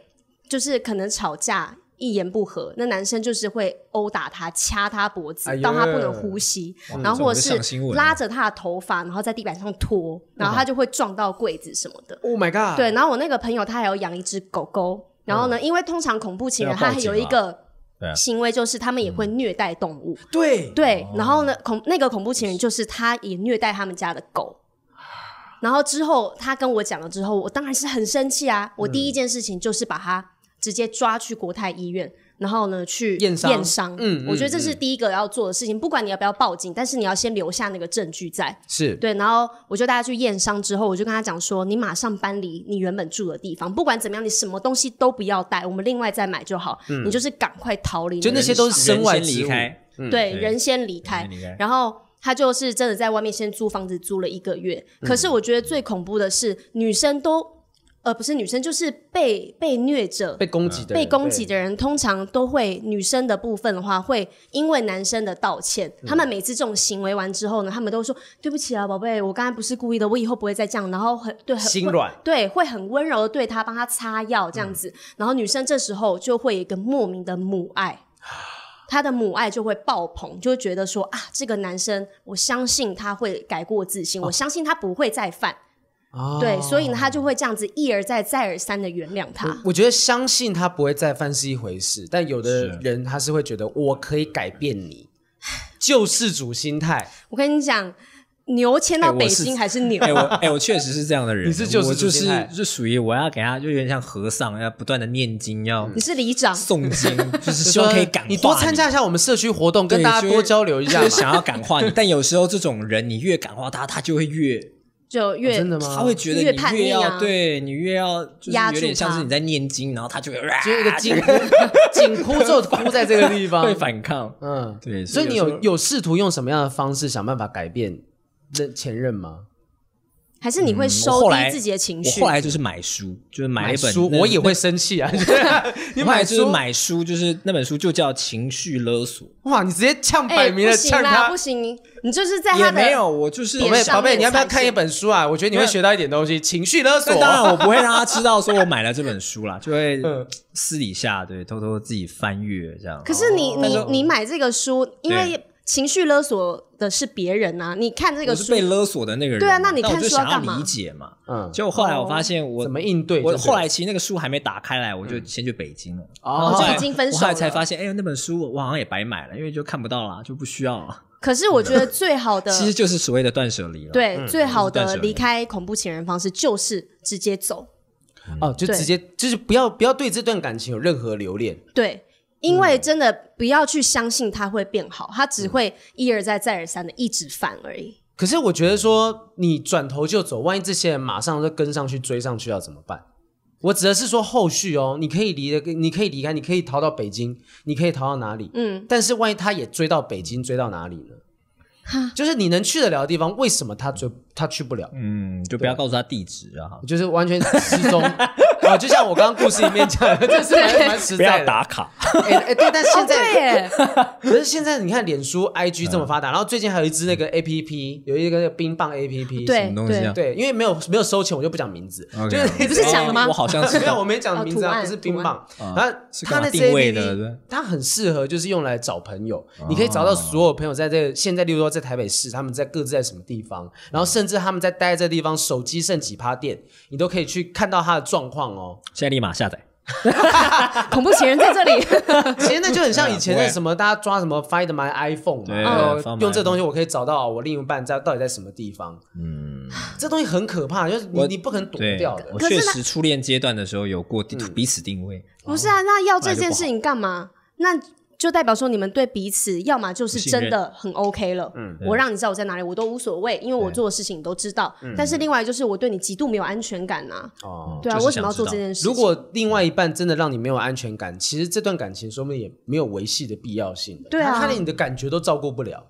就是可能吵架。一言不合，那男生就是会殴打她、掐她脖子，
哎呦
到她不能呼吸，然后或者
这个上
是
新闻了
拉着她的头发，然后在地板上拖，然后她就会撞到柜子什么的。
，Oh my god！
对，，然后我那个朋友他还有养一只狗狗，然后呢，因为通常恐怖情人
这要
他
报
还
警
有一
吧
个
对啊
行为就是他们也会虐待动物，
对，
对，然后呢，恐那个恐怖情人就是他也虐待他们家的狗。然后之后他跟我讲了之后，我当然是很生气啊！我第一件事情就是把他直接抓去国泰医院，然后呢去
验伤
验伤。
嗯嗯
我觉得这是第一个要做的事情，不管你要不要报警，但是你要先留下那个证据在。
是
对，然后我就带他去验伤之后，我就跟他讲说，你马上搬离你原本住的地方，不管怎么样，你什么东西都不要带，我们另外再买就好，你就是赶快逃离。
嗯就那些都是身外
人
之
先离
物。
开，
嗯
对，
对
人先离开
人先离开，
然后。他就是真的在外面先租房子租了一个月，可
嗯
是我觉得最恐怖的是，女生都，呃，不是女生，就是被被虐者、
被攻击的人
被攻击的人通常都会，女生的部分的话，会因为男生的道歉，
嗯
他们每次这种行为完之后呢，他们都会说对不起啊，宝贝，我刚才不是故意的，我以后不会再这样。然后很对，很
心
会
软嗯
对，会很温柔的对他，帮他擦药这样子。然后女生这时候就会有一个莫名的母 爱。她的母爱就会爆棚，就会觉得说啊，这个男生，我相信他会改过自
哦
新，我相信他不会再犯。
对哦
对，所以呢，他就会这样子一而再、再而三的原谅他。
我觉得相信他不会再犯是一回事，但有的人他是会觉得我可以改变 你，救世主心态。
我跟你讲，牛迁到
哎我
北
是
京还是牛。
哎、我哎、我确实是这样的人。啊
你是救世
我
主
就
心
是
态
就属于我要给他，就有点像和尚，要不断的念经，要
你是里长，
诵经， 就是希望可以感化
嗯你多参加一下我们社区活动，跟
对
大家
就会
多交流一下
就
嘛
是。想要感化你。但有时候这种人，你越感化他，他就会越
就越、
哦
真的吗？
他会觉得
越
你
叛逆
越要
啊
对你越要就是
压
有
住
点像
他
是你在念经，然后他就会
就有一 个
啊
紧哭，紧哭就哭在这个地方
会。反抗。
嗯，
对，
所以你
时
有
候
有试图用什么样的方式想办法改变那前任吗？
还是你会
嗯我
收
后来
低自己的情
我
绪？
后来就是买书，就是买了一本
书，
那
我也会生气啊！ 你
后来
买
就是
书，
买书，就是那本书就叫《情绪勒索》，
哇，你直接呛
哎、
摆明
不
了
行
呛
啦，
他
不。行，你就是在
也
他的
没有，我就是
宝
点
贝，
上
宝贝，
面
你要不要
上
看一
线
本书啊？我觉得你会学到一点东西，情绪勒索
但。当然我不会让他知道说我买了这本书啦，就会
嗯
私底下对偷偷自己翻阅这样。
可是你、
哦
但
你
是
你买这个书，因为情绪勒索的是别人啊，你看这
我
个
是
书
被勒索的那个人嘛，
对啊那你
我
看
就
书要
想要
干嘛
理解嘛。
嗯，哦
结果后来我发现我
怎么应对
我
就嗯对了
后来其实那个书还没打开来，我就先去北京了。
哦
后来
就已经分手了
我后来才发现，哎、那本书我好像也白买了，因为就看不到啦，就不需要了。
可是我觉
嗯
得最好的
其实就是所谓的断舍离了。，
呃对、最好
嗯就是断
的
舍离
离开恐怖情人方式就是直接走。
哦，就
对
直接就是不要不要对这段感情有任何留恋。
对，因
嗯
为真的不要去相信他会变好，他只会一而再、再而三的一直犯而已。
可是我觉得说你转头就走，万一这些人马上就跟上去追上去要怎么办？我指的是说后续哦，你可以离的，你可以离开，你可以逃到北京，你可以逃到哪里？
嗯，
但是万一他也追到北京，追到哪里呢？就是你能去得了的地方，为什么他追他去不了？
嗯，就不要告诉他地址啊，
就是完全失踪 啊！就像我刚刚故事里面讲的，这是蛮蛮实
不
在
要
的。
打卡。
哎、哎对，但现在、
哦对耶，
可是现在你看，脸书、IG 这么
嗯
发达，然后最近还有一支那个 APP，有一个那个冰棒 APP，
对
么东西啊
对，
对，
因为没有没有收钱，我就不讲名字。
OK
就是
你不是讲了吗
我好 像是
没有，我没讲名字
哦
啊，
图案
不是冰棒。然
案
后
是干
它
嘛
那支
定位的对
APP，
不对啊
它很适合就是用来找朋友，你可以找到所有朋友在这现在，例如说在台北市，他们在各自在什么地
嗯
方，然后甚至他们在待在这地方，手机剩几趴电，你都可以去看到他的状况哦。
现在立马下载。
恐怖情人在这里。
其实那就很像以前
对啊
的
不会
什么，大家抓什么 Find My iPhone 嘛，
对
然后
Find My
用这东西我可以找到我另一半在到底在什么地方。啊
嗯，
这东西很可怕，就是你
我
你不可能躲
对
掉，
我
的。嗯
可是
确
呢
实初恋阶段的时候有过地彼此定位，
不是啊，那要
本来
这
就
件
不
事
好
情干嘛？那就代表说你们对彼此，要么就是
信
真
任嗯
的很 OK 了，我让你知道我在哪里，我都无所谓，因为我
对嗯
做的事情你都知道。但是另外就是我对你极度没有安全感呐、
哦。
对啊，
就是
为什么要
想知
做
道
这件事情？
如果另外一半真的让你没有安全感，其实这段感情说不定也没有维系的必要性。
对啊
他他连你的感觉都照顾不了，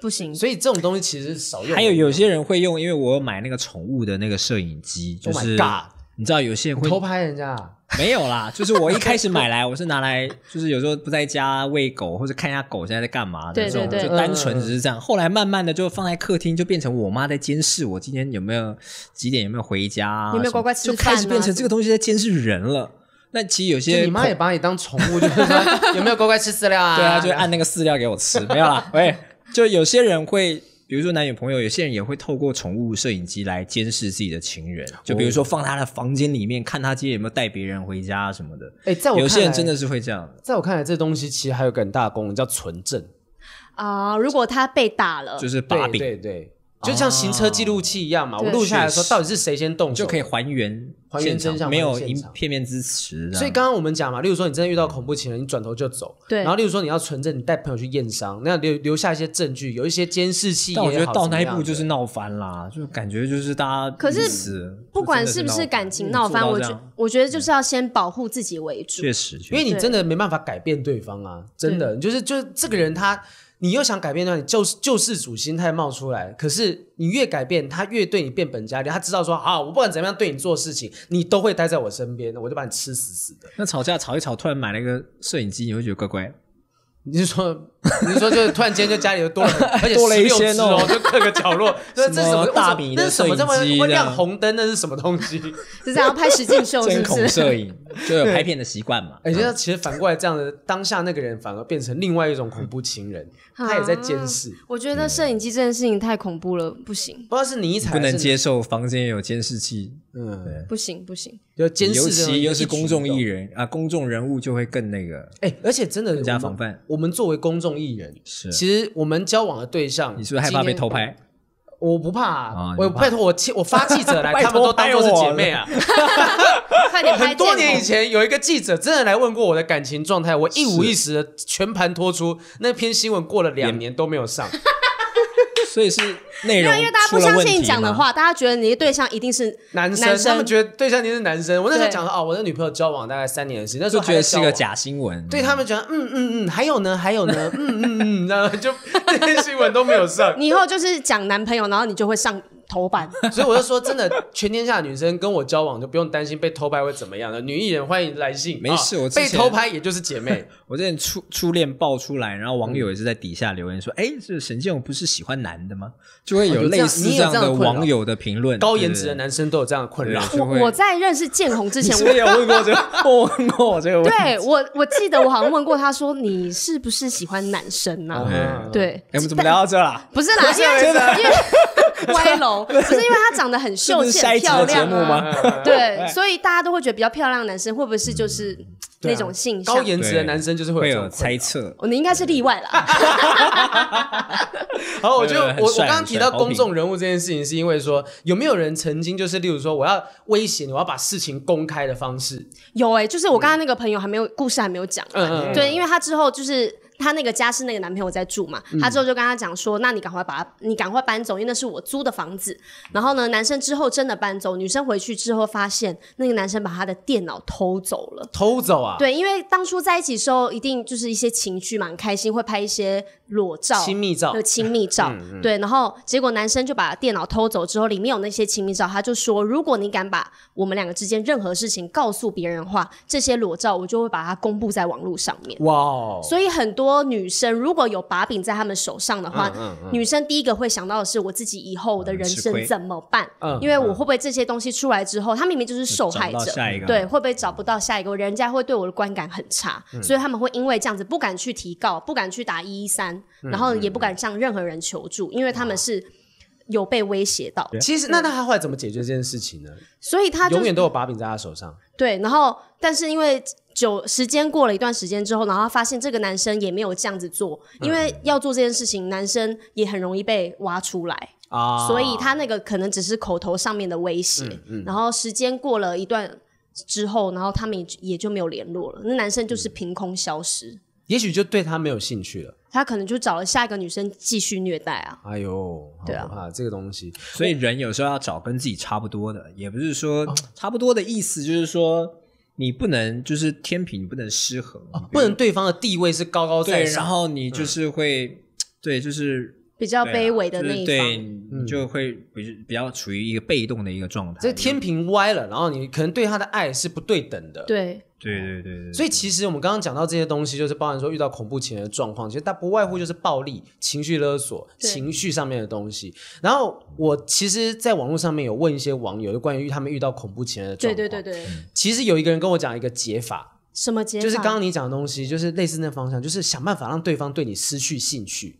不行，
所以这种东西其实是少用的。
还有有些人会用，因为我有买那个宠物的那个摄影机，就
Oh my
是
God
你知道有些人会
偷拍人家啊，
没有啦，就是我一开始买来，我是拿来就是有时候不在家喂狗或者看一下狗现在在干嘛的，
对
这种
对对嗯
就单纯只是这样。后来慢慢的就放在客厅，就变成我妈在监视我今天有没有几点有没有回家啊、
有没有乖乖
什么
吃
就
饭啊
开始变成这个东西在监视人了。那其实有
就
些
你妈也把你当宠物，就 是说有没有乖乖吃饲料啊？
对啊，就按那个饲料给我 吃，没有啦。喂，就有些人会，比如说男女朋友，有些人也会透过宠物摄影机来监视自己的情人，就比如说放他的房间里面，看他今天有没有带别人回家啊什么的。
哎，在我
有些人真
看来，
的是会这样。
在我看来，这东西其实还有个很大的功能，叫存证，
啊、如果他被打了，
就是把柄，
对对对，就像行车记录器一样嘛。
对
我录下来的时候，
哦确实
到底是谁先动手？
就可以还原
还原真相
没有
还原现
影
场
片面之词。
所以刚刚我们讲嘛，例如说你真的遇到恐怖情人，你转头就走。
对
然后例如说你要存证，你带朋友去验伤，那留留下一些证据，有一些监视器也好。
但我觉得到
怎么
那一
样
步就
的
是闹翻啦，就感觉就是大家
可是
彼此
不管
就是真
不
的
是感情闹
嗯
翻，
做
我
到这
觉
样
我觉得就是要先保护自己为主。
确实，确
因为你
对
真的没办法改变对方啊，真的，就是就是这个人他，你又想改变他，你救救世主心态冒出来，可是你越改变他，越对你变本加厉。他知道说，啊，我不管怎么样对你做事情，你都会待在我身边，我就把你吃死死的。
那吵架吵一吵，突然买了一个摄影机，你会觉得怪怪。
你是说， 你是说，就突然间就家里就 多了，而且
多了一
16
些
只
那
哦，
种
就各个角 落，那这是什么
什么大米的
那是什么这么
摄影机
会
这样
亮红灯？那是什么东西？
是这样要拍实境秀，是
针
不
孔摄
是？
影就有拍片的习惯嘛？
哎，现在其实反过来这样的，当下那个人反而变成另外一种恐怖情人，他也在监视。
我觉得摄影机这件事情太恐怖了，不行，
不知道是尼采
不
还
能
是
接受房间有监视器，
嗯，
不行，不行。
就监视
尤
这种
其又是公众艺
一举一动。
人啊，公众人物就会更那个。
哎、而且真的
更加
我们
防范
我们作为公众艺人，
是
其实我们交往的对象，
你是不是害怕被偷？拍？
我不怕、啊
啊你
我
不怕
拜托我切我发记者来，
拜托
他们都当做是
哦
姐妹啊。
快点拍
很多年以
建
前有一个记者真的来问过我的感情状态，我一五一十的全盘托出。那篇新闻过了两年都没有上，
所以是内容
啊孔，因为大家
出
不
了
相
问
信
题
你讲的
吗，
话，大家觉得你的对象一定是
男生
男生
他们觉得对象一定是男生。我那时候
对
讲说哦，我的女朋友交往大概三年的时间，那时
就
候
觉得
还在
是
交
个
往
假新闻。
对他们觉得嗯嗯嗯，还有呢，还有呢，嗯嗯嗯，然后就这些新闻都没有上。
你以后就是讲男朋友，然后你就会上头版。
所以我就说，真的，全天下女生跟我交往就不用担心被偷拍会怎么样的。女艺人欢迎来信，
没事
啊
我之
被
前
偷拍也就是姐妹。
我之前初初恋爆出来，然后网友也是在底下留言说：“哎、这沈建勇不是喜欢男的吗？”就会哦有
有
类
这样
似
你也有
这样
这样
的
的困扰
网友的评论，
高颜值的
对
男生都有这样的困扰。
对就
我
会
我在认识建宏之
你
前，
是不
我
是有问过这个？我问过我这个问题。哎
对我我记得我好像问过他说你是不是喜欢男生呐、
嗯
哎，
对，
哎我们怎么聊到这啦？
不是 啦，因为因为 歪楼，不是因为他长得很秀
这不是
气、
下一集
很
的节
漂亮
目
啊。
吗？
对，所以大家都会觉得比较漂亮的男生会不会是就是
嗯
对啊
那种性向
高？颜值的男生就是
会
有
有
这种困
猜
扰。
测，
哦你应该是例外 啦。
好，我就
对对对
我
很
我
帅
刚刚
很
提
帅
到
好
公
评
众人物这件事情，是因为说有没有人曾经就是，例如说我要威胁你，我要把事情公开的方式，
有哎、就是我刚刚那个朋友还没有故事还没有讲完，
嗯嗯嗯嗯
对，因为她之后就是她那个家是那个男朋友在住嘛，
嗯
她之后就跟他讲说，那你赶快把他，你赶快搬走，因为那是我租的房子。然后呢，男生之后真的搬走，女生回去之后发现那个男生把她的电脑偷走了。
偷走啊，
对，因为当初在一起的时候，一定就是一些情绪嘛，很开心，会拍一些裸照、
亲密照嗯
的亲密照。对，然后结果男生就把电脑偷走之后，里面有那些亲密照，他就说，如果你敢把我们两个之间任何事情告诉别人的话，这些裸照我就会把它公布在网络上面。
哇哦，
所以很多女生如果有把柄在她们手上的话，
嗯
女生第一个会想到的是我自己以后的人
嗯吃亏
生怎么办？
嗯
因为我会不会这些东西出来之后，她明明就是受害
找不
者
到下一个，
对，会不会找不到下一个？人家会对我的观感很差，
嗯
所以他们会因为这样子不敢去提告，不敢去打一一三，
嗯
然后也不敢向任何人求助，因为他们是有被威胁到，
其实那那他后来怎么解决这件事情呢？
所以嗯他就
永远都有把柄在他手上。
对，然后但是因为久时间过了一段时间之后，然后他发现这个男生也没有这样子做，因为
嗯
要做这件事情，男生也很容易被挖出来，
啊，嗯
所以他那个可能只是口头上面的威胁。然后时间过了一段之后，然后他们也就也就没有联络了，那男生
嗯
就是凭空消失。
也许就对他没有兴趣了。
他可能就找了下一个女生继续虐待啊，
哎呦，好
对
可
啊
怕！这个东西，
所以人有时候要找跟自己差不多的，也不是说差不多的意思，就是说你不能就是天平，你哦不能失衡，你
不能对方的地位是高高在
对，
上，
然后你就是会，对，就是
比较
对啊
卑微的那一
就是
方。
对，
嗯
你就会比比较处于一个被动的一个状态。
这天平歪了，然后你可能对他的爱是不对等的。，
对
对对对对，
所以其实我们刚刚讲到这些东西，就是包含说遇到恐怖情人的状况，其实它不外乎就是暴力、情绪勒索、
对
情绪上面的东西。然后我其实，在网络上面有问一些网友，就关于他们遇到恐怖情人的状
对
况。
对对。对，
其实有一个人跟我讲一个解法，
什么解法？
就是刚刚你讲的东西，就是类似那方向，就是想办法让对方对你失去兴趣。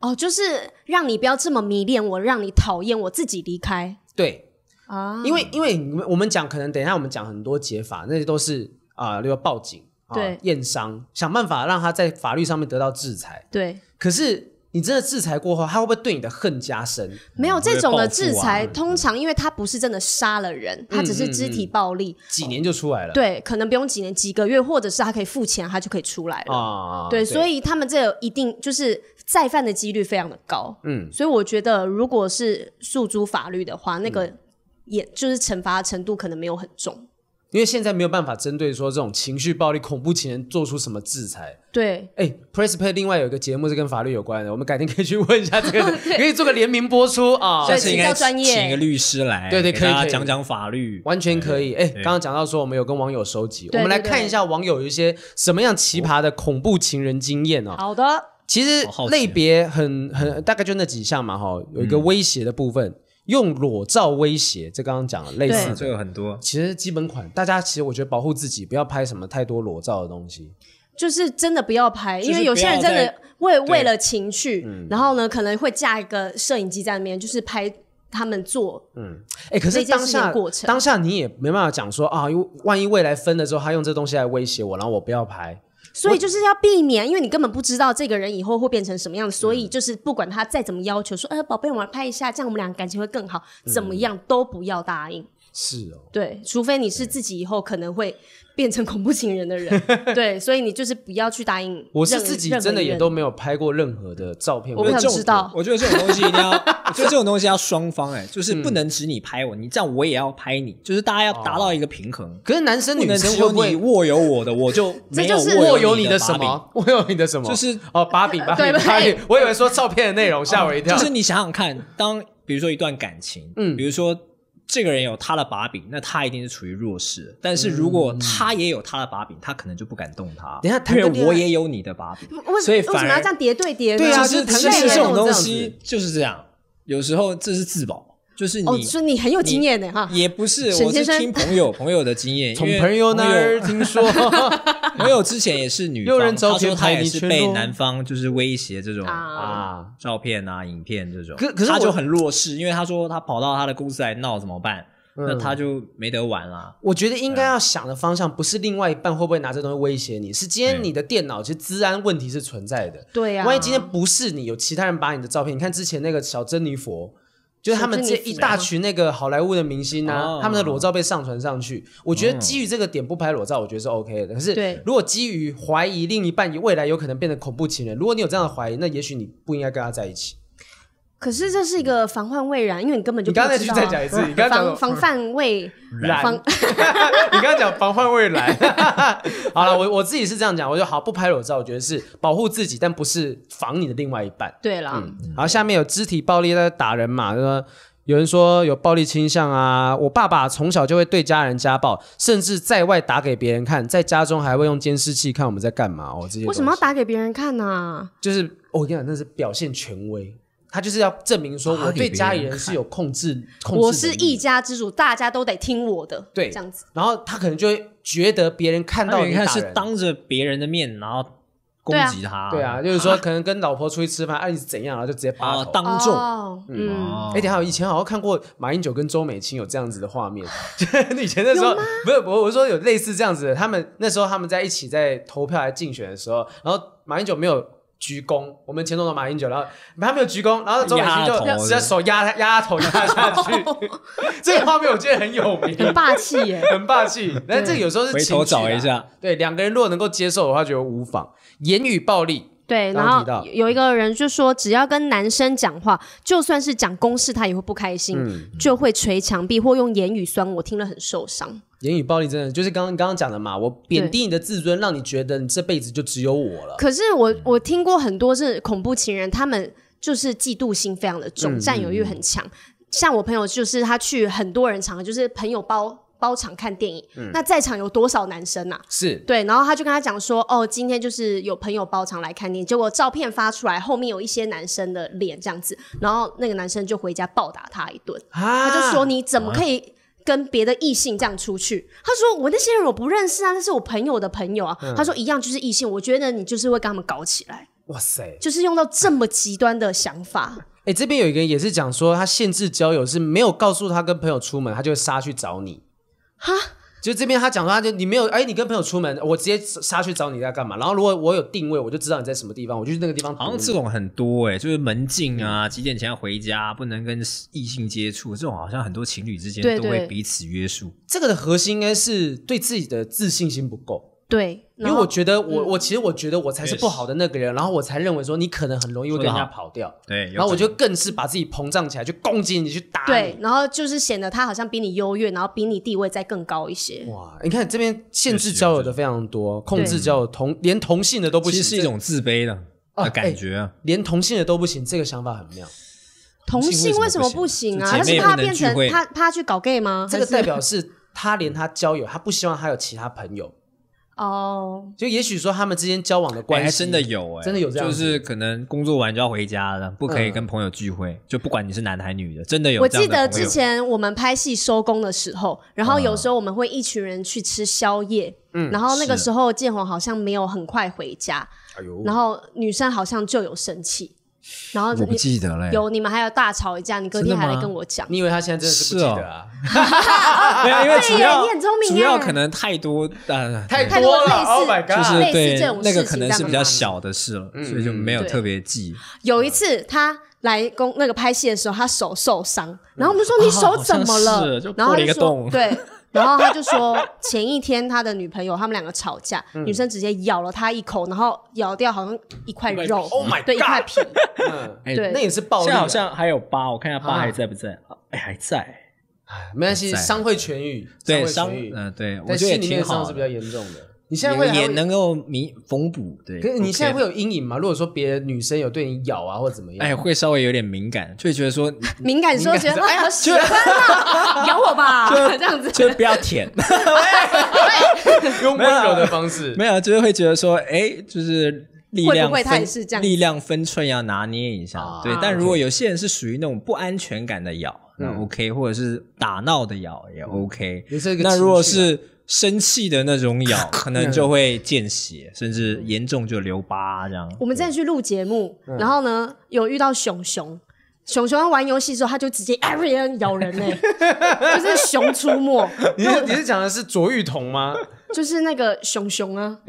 哦，就是让你不要这么迷恋我，让你讨厌我，自己离开
对，
啊。
因为因为你们我们讲可能等一下我们讲很多解法，那些都是啊，例如报警、啊
对、
验伤，想办法让他在法律上面得到制裁。
对
可是你真的制裁过后，他会不会对你的恨加深？
没有这种的制裁，
会嗯报复啊
通常因为他不是真的杀了人，他只是肢体暴力，
嗯
几年就出来了？
对，可能不用几年几个月，或者是他可以付钱，他就可以出来了。
啊，
对，所以他们这有一定就是再犯的几率非常的高。
嗯，
所以我觉得，如果是诉诸法律的话，那
嗯
个也就是惩罚程度可能没有很重。
因为现在没有办法针对说这种情绪暴力、恐怖情人做出什么制裁。
对，，
哎、p r e s s Play 另外有一个节目是跟法律有关的，我们改天可以去问一下这个
对
可以做个联名播出啊。
对
下次应该
请教专业
请一个律师来，
对对
给
可以
大
可
家
以
讲讲法律。
完全可以，哎、
对
刚刚讲到说我们有跟网友收集，
对
我们来
对对
看一下网友有一些什么样奇葩的恐怖情人经验哦。
好的，
其实
好好奇啊嗯
类别很很大概就那几项嘛哈，有一个威胁的部分，用裸照威胁，这刚刚讲了类似
对
这
的。
个很多，
其实基本款，大家其实我觉得保护自己，不要拍什么太多裸照的东西。
就是真的不要拍，
就是
因为有些人真
不要
的
再
为
对嗯
为了情趣，然后呢可能会架一个摄影机在那边，就是拍他们做。
哎，可
这
是
件
当
事情
下
的过程
当下你也没办法讲说啊，因为万一未来分了之后，他用这东西来威胁我，然后我不要拍。
所以就是要避免，因为你根本不知道这个人以后会变成什么样子，所以
嗯
就是不管他再怎么要求，说，呃，宝贝，我们来拍一下，这样我们俩感情会更好，
嗯
怎么样都不要答应。
是哦，
对，除非你是自己以后可能会变成恐怖情人的 人，对，所以你就是不要去答应。
我是自己真的也都。没有拍过任何的照片。
我不
有
想
这种
知道
我觉得这种东西一定 要，我觉得这种东西要双方哎、就是
嗯
不能只你拍我，你这样我也要拍你，就是大家要达到一个平衡，
可是男生
不
哦女
能
生
只
会
有
不会
你握有我的，我就
这
没有
就是
握
握
有
你
的什
把柄？
么？握有你的什么？
就是
哦，把 柄，把柄，
对
把柄。我以为说照片的内容，吓我一跳。
就是你想想看，当比如说一段感情，
嗯
比如说这个人有他的把柄，那他一定是处于弱势。但是如果他也有他的把柄，他可能就不敢动他。
等一下谈个
因为
恋爱
我也有你的把柄，
为
所以
为什
反
么要
而
这样叠对叠呢？
对啊
就是
谈
其
恋爱
实这种
都
东
这样
西就是这样，有时候这是自保，就是你、
哦，
啊
所以你很有经验呢，哈。
也不是，
沈
我
先
是
生
听朋友朋友的经验，
从
因为
朋友那儿听 说，
朋友之前也是女
有人
方，
照
她
片
说她
拍
也
你
是
圈
被
咯
男方就是威胁这种
啊
啊
照片啊、影片这种，
可可是
他
我
就很弱势，因为他说他跑到他的公司来闹怎么办？
嗯
那他就没得玩啦。
我觉得应该要想的方向不是另外一半会不会拿这东西威胁你，是今天
对
你的电脑其实治安问题是存在的。
对啊，
万一今天不是你，有其他人把你的照片，你看之前那个小珍妮佛，就是他们
小
这
珍妮佛
一大群那个好莱坞的明星啊
哦，
他们的裸照被上传上去。我觉得基于这个点不拍裸照，我觉得是 OK 的。可
嗯对
是如果基于怀疑另一半未来有可能变成恐怖情人，如果你有这样的怀疑，那也许你不应该跟他在一起。
可是这是一个防患未然，因为你根本就
你刚才
不知道
再讲一次你刚才讲嗯
防防范未
然
防
你刚刚讲防患未来，好了，我我自己是这样讲，我就好不拍裸照，我觉得是保护自己，但不是防你的另外一半。
对啦，
嗯
好，下面有肢体暴力在打人嘛，就说有人说有暴力倾向啊。我爸爸从小就会对家人家暴，甚至在外打给别人看，在家中还会用监视器看我们在干嘛哦。这些
为什么
东
要
西？
打给别人看呢？
就是、哦我跟你讲，那是表现权威，他就是要证明说
打
我
给
对
别
家里
人
人
看
是有控制控制。
我是一。家之主，大家都得听我的，
对
这样子。
然后他可能就会觉得别人看到
那你
你
看
打
是
人。
当着别人的面，然后攻击他，
对啊，就是说可能跟老婆出去吃饭，啊你是怎样，然后就直接扒
啊，
头。
当众。
哦嗯，
哎、等一下，我以前好像看过马英九跟周美青有这样子的画面， 就是以前那时候不是我我说有类似这样子的，他们那时候他们在一起在投票来竞选的时候，然后马英九没有鞠躬，我们前总统马英九，然后他没有鞠躬，然后周美青
压头
就直接手压他压他头压他下去， 这个画面我记得很有
很
名。
霸气
。
耶
很霸气，但这个有时候是
回
情啊
头
绪
找
啦
一下。
对，两个人如果能够接受的话，觉得无妨。言语暴力，
对，
刚
然
刚
后
提到
有一个人就说，只要跟男生讲话，就算是讲公事，他也会不开心，
嗯
就会捶墙壁或用言语酸我，听了很受伤。
言语暴力真的就是刚刚刚刚讲的嘛，我贬低你的自尊，让你觉得你这辈子就只有我了。
可是
嗯
我我听过很多是恐怖情人，他们就是嫉妒心非常的重，
嗯
占有欲很强。像我朋友就是他去很多人场，就是朋友包包场看电影，
嗯
那在场有多少男生啊？
是，
对，然后他就跟他讲说，哦，今天就是有朋友包场来看电影，结果照片发出来，后面有一些男生的脸这样子，然后那个男生就回家暴打他一顿，
啊
他就说你怎么可以跟别的异性这样出去？他说我那些人我不认识啊，那是我朋友的朋友啊。
嗯
他说一样就是异性，我觉得你就是会跟他们搞起来，
啊哇塞，
就是用到这么极端的想法。
哎，这边有一个人也是讲说，他限制交友是没有告诉他跟朋友出门，他就会杀去找你。哈，就这边他讲说，他就你没有，哎，你跟朋友出门，我直接杀去找你在干嘛。然后如果我有定位，我就知道你在什么地方，我就去那个地方堵你。
好像这种很多
嗯
哎、就是门禁啊，几点前要回家，不能跟异性接触，这种好像很多情侣之间
对
都会
对
彼此约束。
这个的核心应该是对自己的自信心不够，
对，
因
然
为
后嗯
我觉得我、我其实我觉得我才是
确实
不好的那个人，然后我才认为说你可能很容易会跟人家
说得
跑掉，
对，有
然后我
可能
就更是把自己膨胀起来去攻击你，去打
对
你，。
然后就是显得他好像比你优越，然后比你地位再更高一些。
哇，你看这边限制交友的非常多，控制交友同连同性的都不
嗯其
行，
实是一种自卑的
啊
的感觉啊。
连同性的都不行，这个想法很妙。
同性为
为
什
什
么
么
不
不
行
行
啊？
就姐
他是
妹
怕
不能
变
聚
成
会
他他去搞 gay 吗？
这个
还是
代表是他连他交友，他不希望他有其他朋友，
哦，
就也许说他们之间交往的关
哎
系、
还真的有哎、
真的有这样
就
子
是可能工作完就要回家了，不可以
嗯
跟朋友聚会，就不管你是男的还是女的，真的有
我
这样
记
的朋友。啊
得之前我们拍戏收工的时候，然后有时候我们会一群人去吃宵夜，
嗯
然后那个
是
时候建宏好像没有很快回家，
哎呦，
然后女生好像就有生气，然后
我不
你
记得嘞、欸
有你们还有大吵一架，你隔
真
天
的
还来
吗
跟我讲，
你以为他现在真的是不
哦
记得啊？
啊没有，因为主要
啊你很聪明啊
主要
耶
可能太多呃，
太
多
多
了
类似
o h my
就
god！
是
啊类似
对
这种
那个
事
可
情
能
在
是比
慢
较
慢
小的事了，所以就
嗯
没有
对
特别记。
有一次他来工那个拍戏的时候，他手受伤，然后我们说你手怎么
啊嗯好
了？
像是就
然
破
后
了
他
一个
就说
洞
对，然后他就说前一天他的女朋友他们两个吵架，
嗯
女生直接咬了他一口，然后咬掉好像一块
一块
肉
Oh my
对，一块
God
皮，
嗯，
哎
对
那也是暴
现
力啊、
在好像还有疤，我看一下疤
啊
还在不在？哎，还在。
没关系，
在
伤会痊愈，
对
伤
伤，
会痊
嗯、
愈，
对，我
但
觉得也
心里面
挺
的伤
好
是比
的
较，严重的。你现在会
也
还
也
会
能够弥缝补。对，
可是你现在会
有
有阴影吗？如果说别的女生有对你咬啊，或者怎么样？
哎，会稍微有点敏感，就会觉得说
敏感说觉得哎呀喜欢啊， 咬我吧，这样子。
就是不要舔，哎
用温柔的方式，
啊没有，就是会觉得说，哎，就是力
会不
量
会他
分
也是这样
力量分寸要拿捏一下。
啊
对，但如果有些人是属于那种不安全感的咬，那 OK，或者是打闹的咬嗯也 OK
也是一个。
那
情
如果
绪啊
是生气的那种咬， 可能就会见血，甚至严重就留疤啊这样。
我们之前去录节目，
嗯
然后呢有遇到熊熊，熊熊玩游戏的时候，他就直接哎咬人呢、就是熊出没，
你是你是讲的是卓玉彤吗？
就是那个熊 熊啊，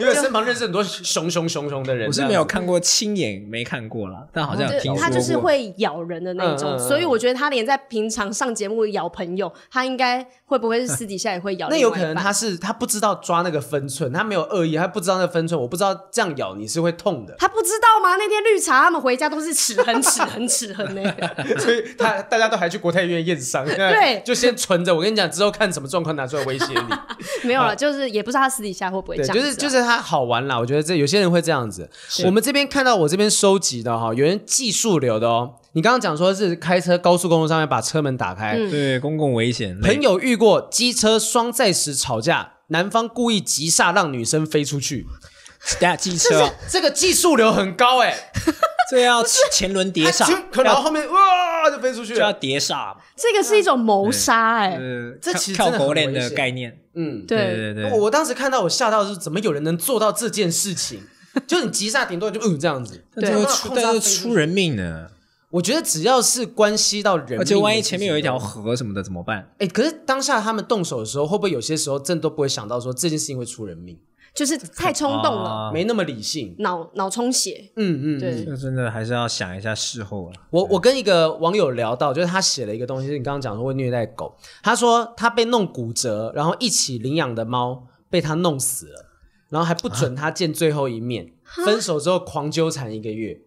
因为身旁认识很多熊熊熊熊的人，
我是没有看过，亲眼没看过啦，但好像有
哦对
听说，过。
他就是会咬人的那一种，
嗯嗯嗯
所以我觉得他连在平常上节目咬朋友，他应该会不会是私底下也会咬
那
另
有
外
可
一
能
半
他是他不知道抓那个分寸，他没有恶意，他不知道那个分寸，我不知道这样咬你是会痛 的，
他不知道吗？那天绿茶他们回家都是齿痕、齿痕、齿痕那个，
所以他大家都还去国泰医院验伤，
对
就先存着。我跟你讲，之后看什么状况拿出来威胁你。
没有了，就是也不知道他私底下会不会这
对，
样、啊
就是就是它好玩啦。我觉得这有些人会这样子。我们这边看到我这边收集的哈，有人技术流的哦。你刚刚讲说是开车高速公路上面把车门打开，
嗯
对公共危险类
朋友遇过机车双载时吵架，男方故意急刹让女生飞出去，
等下机车哦，
这个技术流很高哎、
这要前轮碟刹，
可能后面哇就飞出去
就要
了。
碟刹嘛。
这个是一种谋杀哎、
呃，
这
跳
其实
跳
真的很
狗链
危
的
险
概念，
嗯，
对
对对
我，我当时看到我吓到的是，怎么有人能做到这件事情？就是你急刹，顶多就嗯这样子。
但
对
是
那
出
控制
但
它
是
飞
出人命呢，
我觉得只要是关系到人，
而且万一前面有一条，河什么的怎么办？
哎，可是当下他们动手的时候，会不会有些时候真的都不会想到说这件事情会出人命，
就是太冲动了，
啊
没那么理性。
脑脑充血。
嗯嗯，
对
嗯。
这真的还是要想一下事后啊。
我我跟一个网友聊到，就是他写了一个东西，就是你刚刚讲说会虐待狗，他说他被弄骨折，然后一起领养的猫被他弄死了，然后还不准他见最后一面，分手之后狂纠缠一个月。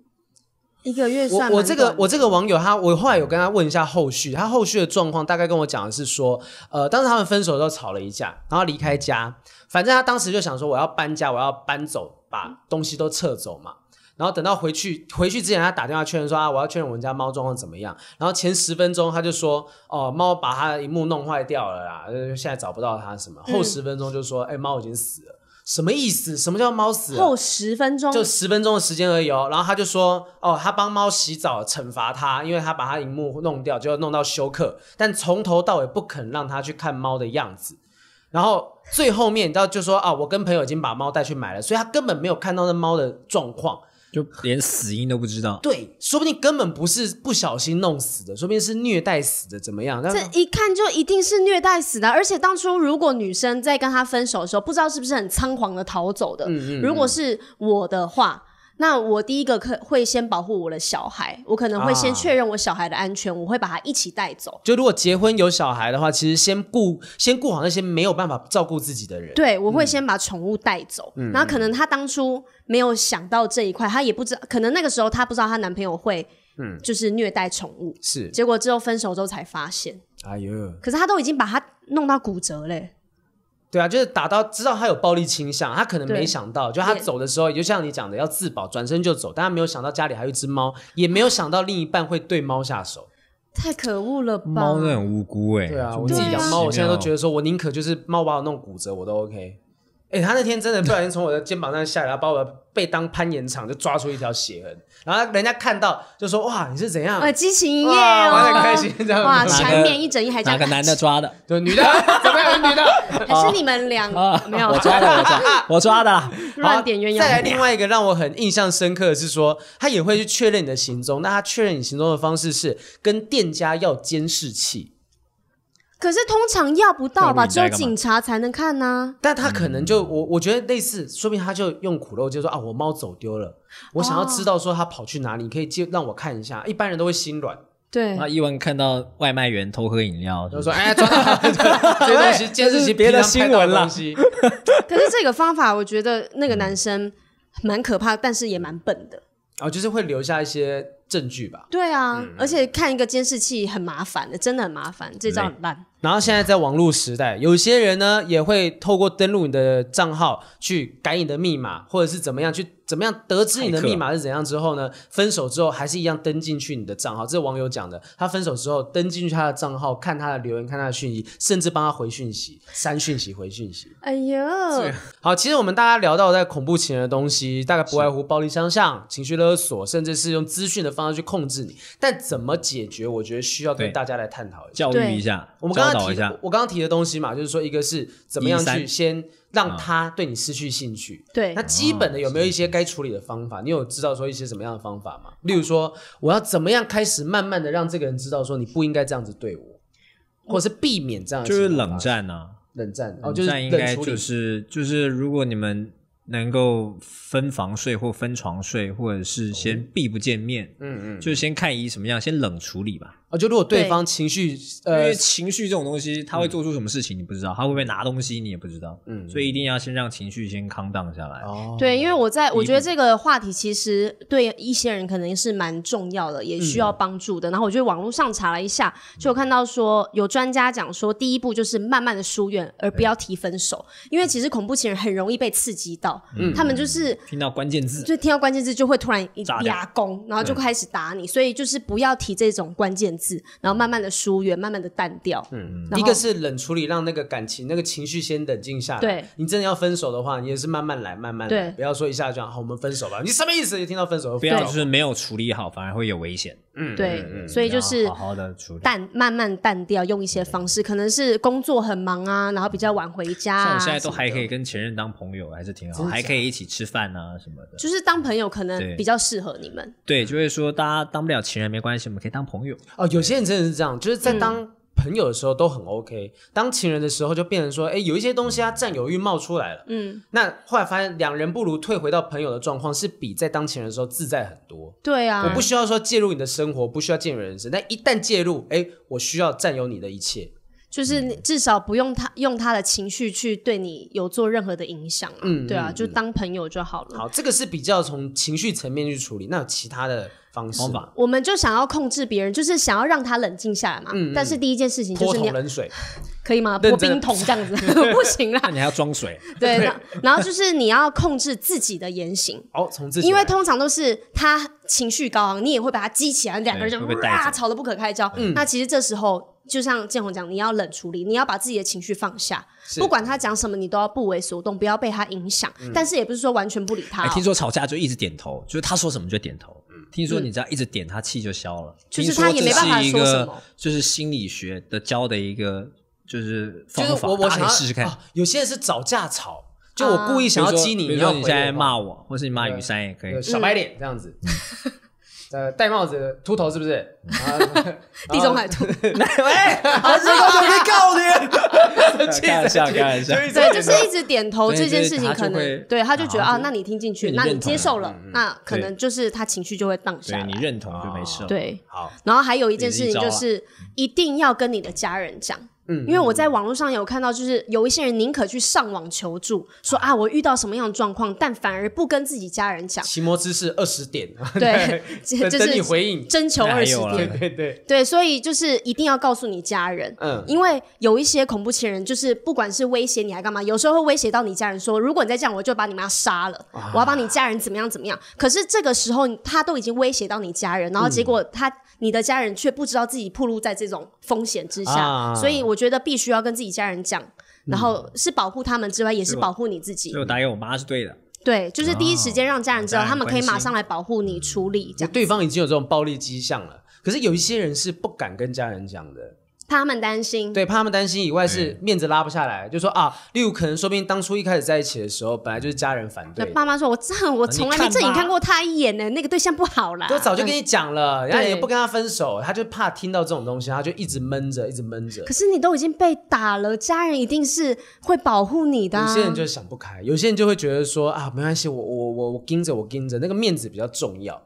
一个月算
我我
蛮
这个
短的
我这个网友他，我后来有跟他问一下后续，他后续的状况大概跟我讲的是说，呃，当时他们分手的时候吵了一架，然后离开家，反正他当时就想说我要搬家，我要搬走，把东西都撤走嘛。然后等到回去回去之前，他打电话确认说啊，我要确认我们家猫状况怎么样。然后前十分钟他就说，哦，猫把它的荧幕弄坏掉了啦，呃现在找不到它什么。
嗯
后十分钟就说，哎、猫已经死了，什么意思？什么叫猫死了？
后十分钟
就十分钟的时间而已哦。然后他就说，哦，他帮猫洗澡，惩罚他，因为他把他荧幕弄掉，就弄到休克，但从头到尾不肯让他去看猫的样子。然后最后面，你知道就说啊，我跟朋友已经把猫带去买了，所以他根本没有看到那猫的状况。
就连死因都不知道。
对，说不定根本不是不小心弄死的，说不定是虐待死的，怎么样？但
这一看就一定是虐待死的。而且当初如果女生在跟他分手的时候，不知道是不是很仓皇的逃走的。如果是我的话，那我第一个可会先保护我的小孩，我可能会
啊
先确认我小孩的安全，我会把他一起带走。
就如果结婚有小孩的话，其实先顾先顾好那些没有办法照顾自己的人。
对，我会先把宠物带走，然后可能她当初没有想到这一块，她也不知道，可能那个时候她不知道她男朋友会，
嗯
就是虐待宠物，
是，
结果之后分手之后才发现，
哎呦，
可是她都已经把它弄到骨折嘞，
对啊，就是打到知道他有暴力倾向，他可能
对
没想到，就他
对
走的时候，也就像你讲的，要自保，转身就走，但他没有想到家里还有一只猫，也没有想到另一半会对猫下手。
太可恶了吧？
猫都很无辜哎、
对啊，哦
就
我自己养猫，我现在都觉
得
得说我宁可就是猫把我弄骨折，我都 OK。哎、他那天真的不小心从我的肩膀上下来，然后把我的背当攀岩场就抓出一条血痕，然后人家看到就说哇你是怎 样？
呃，激情一夜
哇，
哦，
玩的开心这样子。
哇，
哪个
缠绵一整夜还这
哪
样
个，男的抓的？
对，女的怎么样？女的
还是你们俩
啊，
没有
我抓的，我抓， 我抓的啦。
好
乱点鸳鸯
再来另外一个让我很印象深刻的是说，他也会去确认你的行踪。那他确认你行踪的方式是跟店家要监视器，
可是通常要不到
那
吧，
你
只
在
有
干嘛
警察才能看啊呐、
但他可能就、我我觉得类似，说不定他就用苦肉计说啊，我猫走丢了，我想要知道说他跑去哪里，你可以借让我看一下。一般人都会心软，
对，
那伊文看到外卖员偷喝饮料，
就说哎，抓到这些东西监视器
别的新闻啦
了。
可是这个方法，我觉得那个男生蛮可怕，但是也蛮笨的。
哦，就是会留下一些证据吧。
对啊，
嗯
而且看一个监视器很麻烦的，真的很麻烦，这招很烂。
然后现在在网络时代，有些人呢也会透过登录你的账号去改你的密码，或者是怎么样去怎么样得知你的密码是怎样之后呢，分手之后还是一样登进去你的账号。这是网友讲的，他分手之后登进去他的账号，看他的留言，看他的讯息，甚至帮他回讯息、删讯息、回讯息。
哎呦，
好，其实我们大家聊到在恐怖情人的东西，大概不外乎暴力相向、情绪勒索，甚至是用资讯的方式去控制你。但怎么解决，我觉得需要跟
对
大家来探讨一下。
教育一下，
我们
教
刚
导
刚
一
提
下
的，，我刚刚提的东西嘛，就是说，一个是怎么样去
13
先
啊
让他对你失去兴趣。
对
那，基本的有没有一些该处理的方法？你有知道说一些什么样的方法吗？例如说，我要怎么样开始慢慢的让这个人知道说你不应该这样子对我，或者是避免这样的
就是
情况
冷
发生
战呐、
冷战
啊。
哦，就是
冷战应
冷
该
处
就
理
是就是，如果你们能够分房睡或分床睡，或者是
哦
先避不见面，
嗯嗯，
就是先看姨什么样，先冷处理吧。
哦，就如果对
对
方情绪
因
呃
为情绪这种东西，他会做出什么事情你不知道，他会不会拿东西你也不知道，
嗯
所以一定要先让情绪先康荡下来。
哦
对，因为我在我觉得这个话题其实对一些人可能是蛮重要的，也需要帮助的。然后我就网络上查了一下，就有看到说有专家讲说，第一步就是慢慢的疏远，而不要提分手，因为其实恐怖情人很容易被刺激到，他们就是
听到关键字，
就听到关键字就会突然一
炸掉
牙弓，然后就开始打你，所以就是不要提这种关键字，然后慢慢的疏远，慢慢的淡掉。嗯，
一个是冷处理，让那个感情、那个情绪先冷静下来。
对，
你真的要分手的话，你也是慢慢来，慢慢来，
对
不要说一下就讲好，我们分手吧。你什么意思？一听到分手就
不
分手
要就是没有处理好，反而会有危险。
嗯
对，
嗯嗯
所以就是
要好好的处理。
淡慢慢淡掉，用一些方式，可能是工作很忙啊，然后比较晚回家、
像
啊，
我现在都还可以跟前任当朋友，还是挺好，
真的假
还
的
可以一起吃饭啊什么的。
就是当朋友可能
对
比较适合你们。
对，就会说大家当不了情人没关系，我们可以当朋友。
哦，有些人真的是这样，就是在当朋友的时候都很 OK，、当
嗯
情人的时候就变成说，哎，有一些东西他占有欲冒出来了。
嗯，
那后来发现，两人不如退回到朋友的状况，是比在当情人的时候自在很多。
对啊，
我不需要说介入你的生活，不需要介入你的人生，但一旦介入，哎，我需要占有你的一切。
就是你至少不用他用他的情绪去对你有做任何的影响、啊。
嗯
对啊，
嗯
就当朋友就好了。
好，这个是比较从情绪层面去处理。那有其他的方式
方
吗？
法
我们就想要控制别人，就是想要让他冷静下来嘛。
嗯嗯
但是第一件事情就
泼
是你
桶
要
冷水，
可以吗？
认
泼
真的
冰桶这样子 不行啦
那。你还要装水，
对，然后然后就是你要控制自己的言行，
哦，从自己
因为
来
通常都是他情绪高昂，你也会把他激起来，两个人
会
就
被带走嗯
哇吵得不可开交。那其实这时候。就像建宏讲，你要冷处理，你要把自己的情绪放下，
是
不管他讲什么，你都要不为所动，不要被他影响。但是也不是说完全不理他、
嗯哎，
哦
听，说吵架就一直点头，就是他说什么就点头。
嗯
听说你只要一直点，他气就消了。
就是
听说
他也没办法
这是一
说什
个
么，
就是心理学的教的一个就是
就
方
是
法，
我我
大家可
想要
以试试看。
啊有些人是找架吵，就我故意想要激你，
比
你
如
要
说
回
你
我
现在
吧
骂我，或是你骂雨山也可以
对。小白
嗯
脸这样子，呃，戴帽子秃头是不是？
嗯
啊
地中海 兔，
还是我准备告你？哎 开玩笑，开 玩笑。
对，就是一直点头
对
这件
就是
事情，
他就
可
会
能对他就觉得
啊
啊，那你听进去，
对你
那你
认同
接
了
受了，那可
对
能就是他情绪就会荡下
对你
来。
认同啊就没
啊
事了。，
对，
好，
然后还有一件事情
也
就是是一定要跟你的家人讲。
嗯
因为我在网络上有看到，就是有一些人宁可去上网求助，说啊我遇到什么样的状况，但反而不跟自己家人讲，
奇摩知识二十点，
对，
等
就
等你
是
回应，
征求
那还
二十
有啦
天，
对对，
对，所以就是一定要告诉你家人，
嗯
因为有一些恐怖情人，就是不管是威胁你还干嘛，有时候会威胁到你家人说，如果你再这样，我就把你妈杀了，我要把你家人怎么样怎么样。可是这个时候他都已经威胁到你家人，然后结果他、你的家人却不知道自己暴露在这种风险之下，
啊
所以我觉得必须要跟自己家人讲。然后是保护他们之外，也是保护你自己
所以。我打给我妈是对的。
对，就是第一时间让家人知道，
家人
他们可以
关心
马上来保护你、处理
就
这样。
对方已经有这种暴力迹象了。可是有一些人是不敢跟家人讲的，
怕他们担心。
对，怕他们担心以外是面子拉不下来，就说啊，例如可能说不定当初一开始在一起的时候，本来就是家人反
那
对，
爸妈说：“我这我从来没正眼看过他一眼呢，那个对象不好啦。”
都早就跟你讲了，然后
嗯对
也不跟他分手，他就怕听到这种东西，他就一直闷着，一直闷着
可。是你都已经被打了，家人一定是会保护你的、啊。
有些人就想不开，有些人就会觉得说啊，没关系，我我我我盯着我盯着，那个面子比较重要。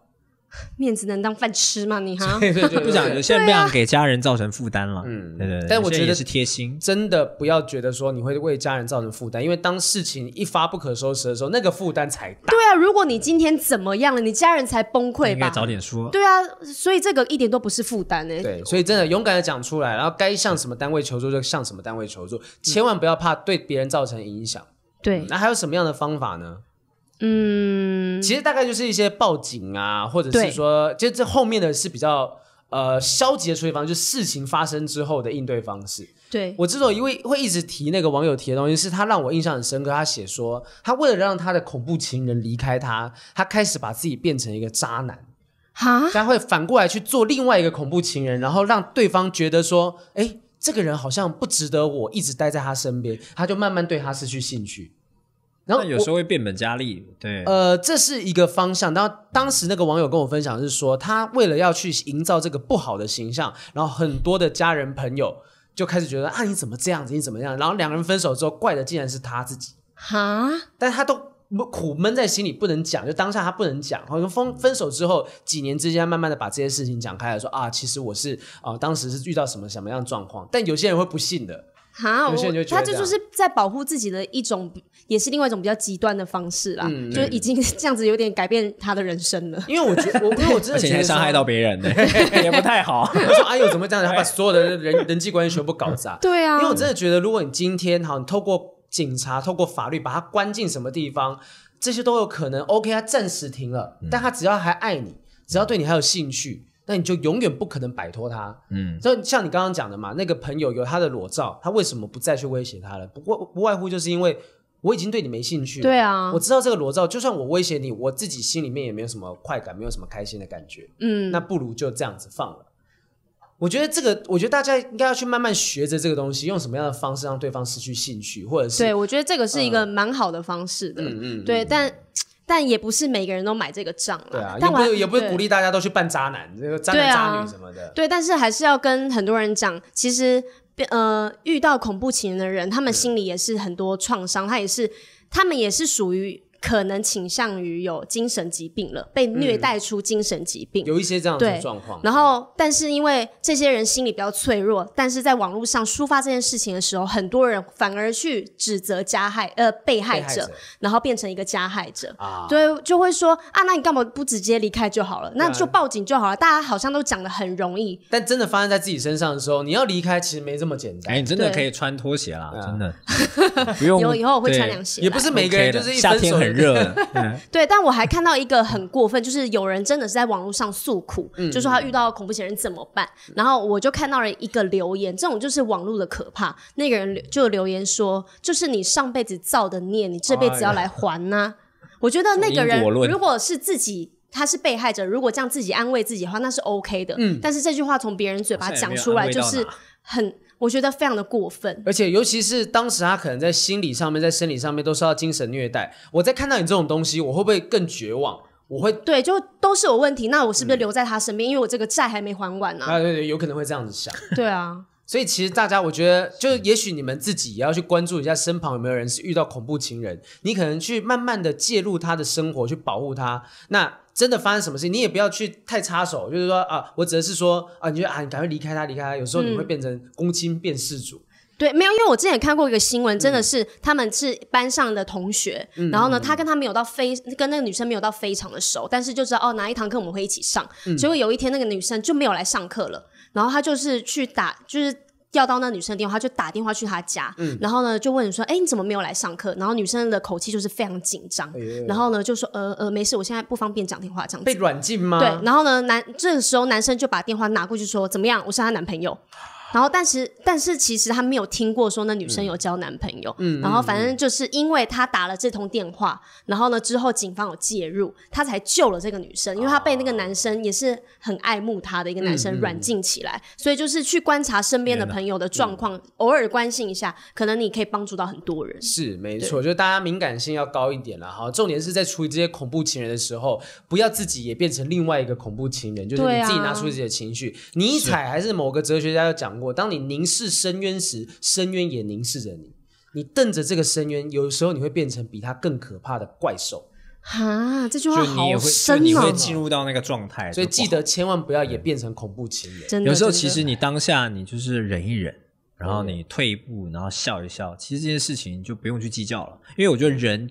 面子能当饭吃吗？你 哈，
对对对，
不想
对
现在不想给家人造成负担了。
嗯
嗯，对对对。
但我
有些人
觉得
也是贴心，
真的不要觉得说你会为家人造成负担，因为当事情一发不可收拾的时候，那个负担才大。
对啊，如果你今天怎么样了，你家人才崩溃
应该
吧？
早点说。
对啊，所以这个一点都不是负担欸呢。
对，所以真的勇敢的讲出来，然后该向什么单位求助就向什么单位求
嗯
助，千万不要怕对别人造成影响。嗯
对，
那还有什么样的方法呢？
嗯，
其实大概就是一些报警啊，或者是
对
说，就这后面的是比较呃消极的处理方式，就是事情发生之后的应对方式。
对，
我之所以会会一直提那个网友提的东西，是他让我印象很深刻。他写说，他为了让他的恐怖情人离开他，他开始把自己变成一个渣男，
哈，
他会反过来去做另外一个恐怖情人，然后让对方觉得说，哎，这个人好像不值得我一直待在他身边，他就慢慢对他失去兴趣。然后
那有
我
时候会变本加厉。对，
呃，这是一个方向。然后当时那个网友跟我分享是说，他为了要去营造这个不好的形象，然后很多的家人朋友就开始觉得啊，你怎么这样子？你怎么样？然后两个人分手之后，怪的竟然是他自己，
哈，
但他都苦闷在心里不能讲，就当下他不能讲。好像分分手之后几年之间，慢慢的把这些事情讲开来说啊，其实我是啊、当时是遇到什么什么样的状况。但有些人会不信的，
哈，
有些人就
我
觉得
他这就是在保护自己的一种，也是另外一种比较极端的方式啦，
嗯
就是已经 这样子有点改变他的人生了。
因为我觉得我因为我真
而
的
且
觉
你
得
还
说
伤害到别 人呢，也不太好。
我说：“哎呦，怎么会这样？”他把所有的人人际关系全部搞砸。
对啊
因为我真的觉得，如果你今天好，你透过警察、透过法律把他关进什么地方，这些都有可能。OK，他暂时停了，但他只要还爱你，只要对你还有兴趣，那你就永远不可能摆脱他。
嗯，
就像你刚刚讲的嘛，那个朋友有他的裸照，他为什么不再去威胁他了？不过不外乎就是因为我已经对你没兴趣了。
对啊
我，知道这个裸照，就算我威胁你，我自己心里面也没有什么快感，没有什么开心的感觉。
嗯，
那不如就这样子放了。我觉得这个，我觉得大家应该要去慢慢学着这个东西，用什么样的方式让对方失去兴趣，或者是
对，我觉得这个是一个蛮好的方式的，
嗯嗯
对，但但也不是每个人都买这个账啦。
对啊，也
但我
不
还
是也不是
对
鼓励大家都去扮渣男，这个渣
对
男
啊
渣女什么的。
对，但是还是要跟很多人讲，其实呃，遇到恐怖情人的人，他
嗯
们心里也是很多创伤，他也是，他们也是属于可能倾向于有精神疾病了，被
嗯
虐待出精神疾病。
有一些这样子的
对
状况。
然后，但是因为这些人心里比较脆弱，但是在网络上抒发这件事情的时候，很多人反而去指责加害呃被害
被害
者
者，
然后变成一个加害者。
啊，
对，就会说啊，那你干嘛不直接离开就好了？那就报警就好了。大家好像都讲的很容易，
但真的发生在自己身上的时候，你要离开其实没这么简单。
哎，你真的
对
可以穿拖鞋啦，
对啊
真的不用
以后以后我会穿
对
凉鞋来。
也不是每个人
OK
就
的
是一
夏
分
天
手
很
就
热 的，嗯
对，但我还看到一个很过分，就是有人真的是在网络上诉苦，
嗯
就说他遇到恐怖情人怎么办？然后我就看到了一个留言，这种就是网络的可怕。那个人留就留言说，就是你上辈子造的孽，你这辈子要来还 呐、我觉得那个
因
人
果论
如果是自己。他是被害者，如果这样自己安慰自己的话，那是 OK 的。但是这句话从别人嘴巴
嗯好像也
讲
没有
出来，
安慰
就
到
是
哪
很，我觉得非常的过分。
而且尤其是当时他可能在心理上面、在生理上面都受到精神虐待，我在看到你这种东西，我会不会更绝望？我会
对，就都是有问题。那我
嗯
是不是留在他身边？因为我这个债还没还完呢、
啊，对对，有可能会这样子想。
对啊，
所以其实大家，我觉得就是也许你们自己也要去关注一下身旁有没有人是遇到恐怖情人，你可能去慢慢的介入他的生活，去保护他。那真的发生什么事，你也不要去太插手，就是说啊，我只是说啊，你觉得啊，你赶快离开他，离开他。有时候你会变成公亲变世主。
对，没有，因为我之前也看过一个新闻，真的是、他们是班上的同学，然后呢，他跟他没有到非跟那个女生没有到非常的熟，但是就知道哦哪一堂课我们会一起上，结果有一天那个女生就没有来上课了，然后他就是去打就是。要到那女生的电话，他就打电话去她家，然后呢就问说：“哎、你怎么没有来上课？”然后女生的口气就是非常紧张，
呦
然后呢就说：“呃呃，没事，我现在不方便讲电话，这样子。
被软禁吗？
对，然后呢，男这个时候男生就把电话拿过去说：“怎么样？我是她男朋友。”然后，但是但是其实他没有听过说那女生有交男朋友。然后反正就是因为他打了这通电话，然后呢之后警方有介入，他才救了这个女生，因为他被那个男生也是很爱慕他的一个男生软禁起来，所以就是去观察身边的朋友的状况，偶尔关心一下，可能你可以帮助到很多人。
是没错，就是大家敏感性要高一点了哈。重点是在处理这些恐怖情人的时候，不要自己也变成另外一个恐怖情人，就是
对
你
啊
自己拿出自己的情绪。尼采还是某个哲学家有讲过，当你凝视深渊时，深渊也凝视着你。你瞪着这个深渊，有时候你会变成比它更可怕的怪兽。
哈，这句话
就你也会，就
好深
你
哦
会，进入到那个状态，
所以
就不
记
好
得千万不要也变成恐怖情人。
真的。
有时候
真
其
的
实你当下你就是忍一忍，然后你退一步，然后笑一笑，其实这件事情就不用去计较了，因为我觉得人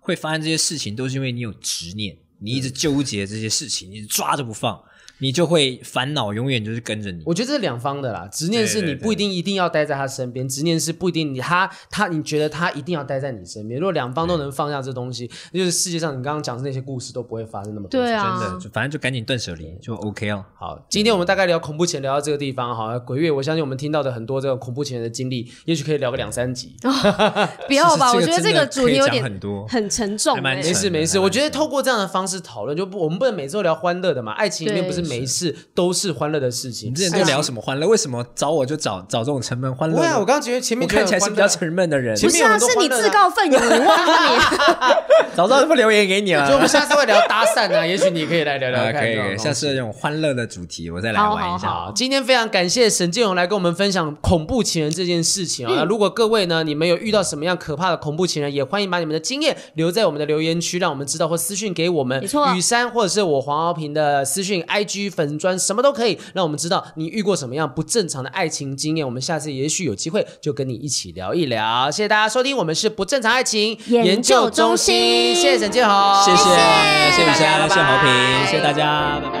会发生这些事情，都是因为你有执念，你一直纠结这些事情，你一直抓着不放，你就会烦恼永远就是跟着你。
我觉得这是两方的啦，执念是你
对对对
不一定一定要待在他身边，执念是不一定你他他你觉得他一定要待在你身边。如果两方都能放下这东西，就是世界上你刚刚讲的那些故事都不会发生那么多。
对。啊，
真的，就反正就赶紧断舍离，就 OK 哦。
好，今天我们大概聊恐怖前聊到这个地方哈，鬼月我相信我们听到的很多这种恐怖前的经历，也许可以聊个两三集。
哦 不要吧，我觉得这
真
个
的
主
可以
题有
讲
点
很多
很沉重、
还蛮
欸
没
沉
事
的
没事，
还蛮
我觉得透过这样的方式讨论，就不我们不能每次都聊欢乐的嘛，爱情里面
对
不是每一次都是欢乐的事
你
情。哎
们之前都聊什么欢乐？为什么找我就找找这种沉闷欢乐
啊不
的？
会啊，我刚刚觉得前面
我
觉得
看起来是
很
比
欢乐
较沉闷的人，
其
不
实
是啊，是你自告奋勇，我忘了你。
早知道就不留言给 你了。
所以我们下次会聊搭讪啊，也许你可以来聊聊
啊，
看。
可以
这种
可以，
东西
下次这种欢乐的主题，我再来
好
玩一下。
好，今天非常感谢沈建勇来跟我们分享恐怖情人这件事情
嗯
啊、那如果各位呢，你们有遇到什么样可怕的恐怖情人，也欢迎把你们的经验留在我们的留言区，让我们知道或私讯给我们。
没错
雨山或者是我黄敖平的私讯、IG 粉砖什么都可以，让我们知道你遇过什么样不正常的爱情经验。我们下次也许有机会就跟你一起聊一聊。谢谢大家收听，我们是不正常爱情
研究中
心，
心
谢谢沈建宏，
谢谢，谢
谢
谢雨山，谢谢
大家拜拜
好评，谢谢大家，拜拜。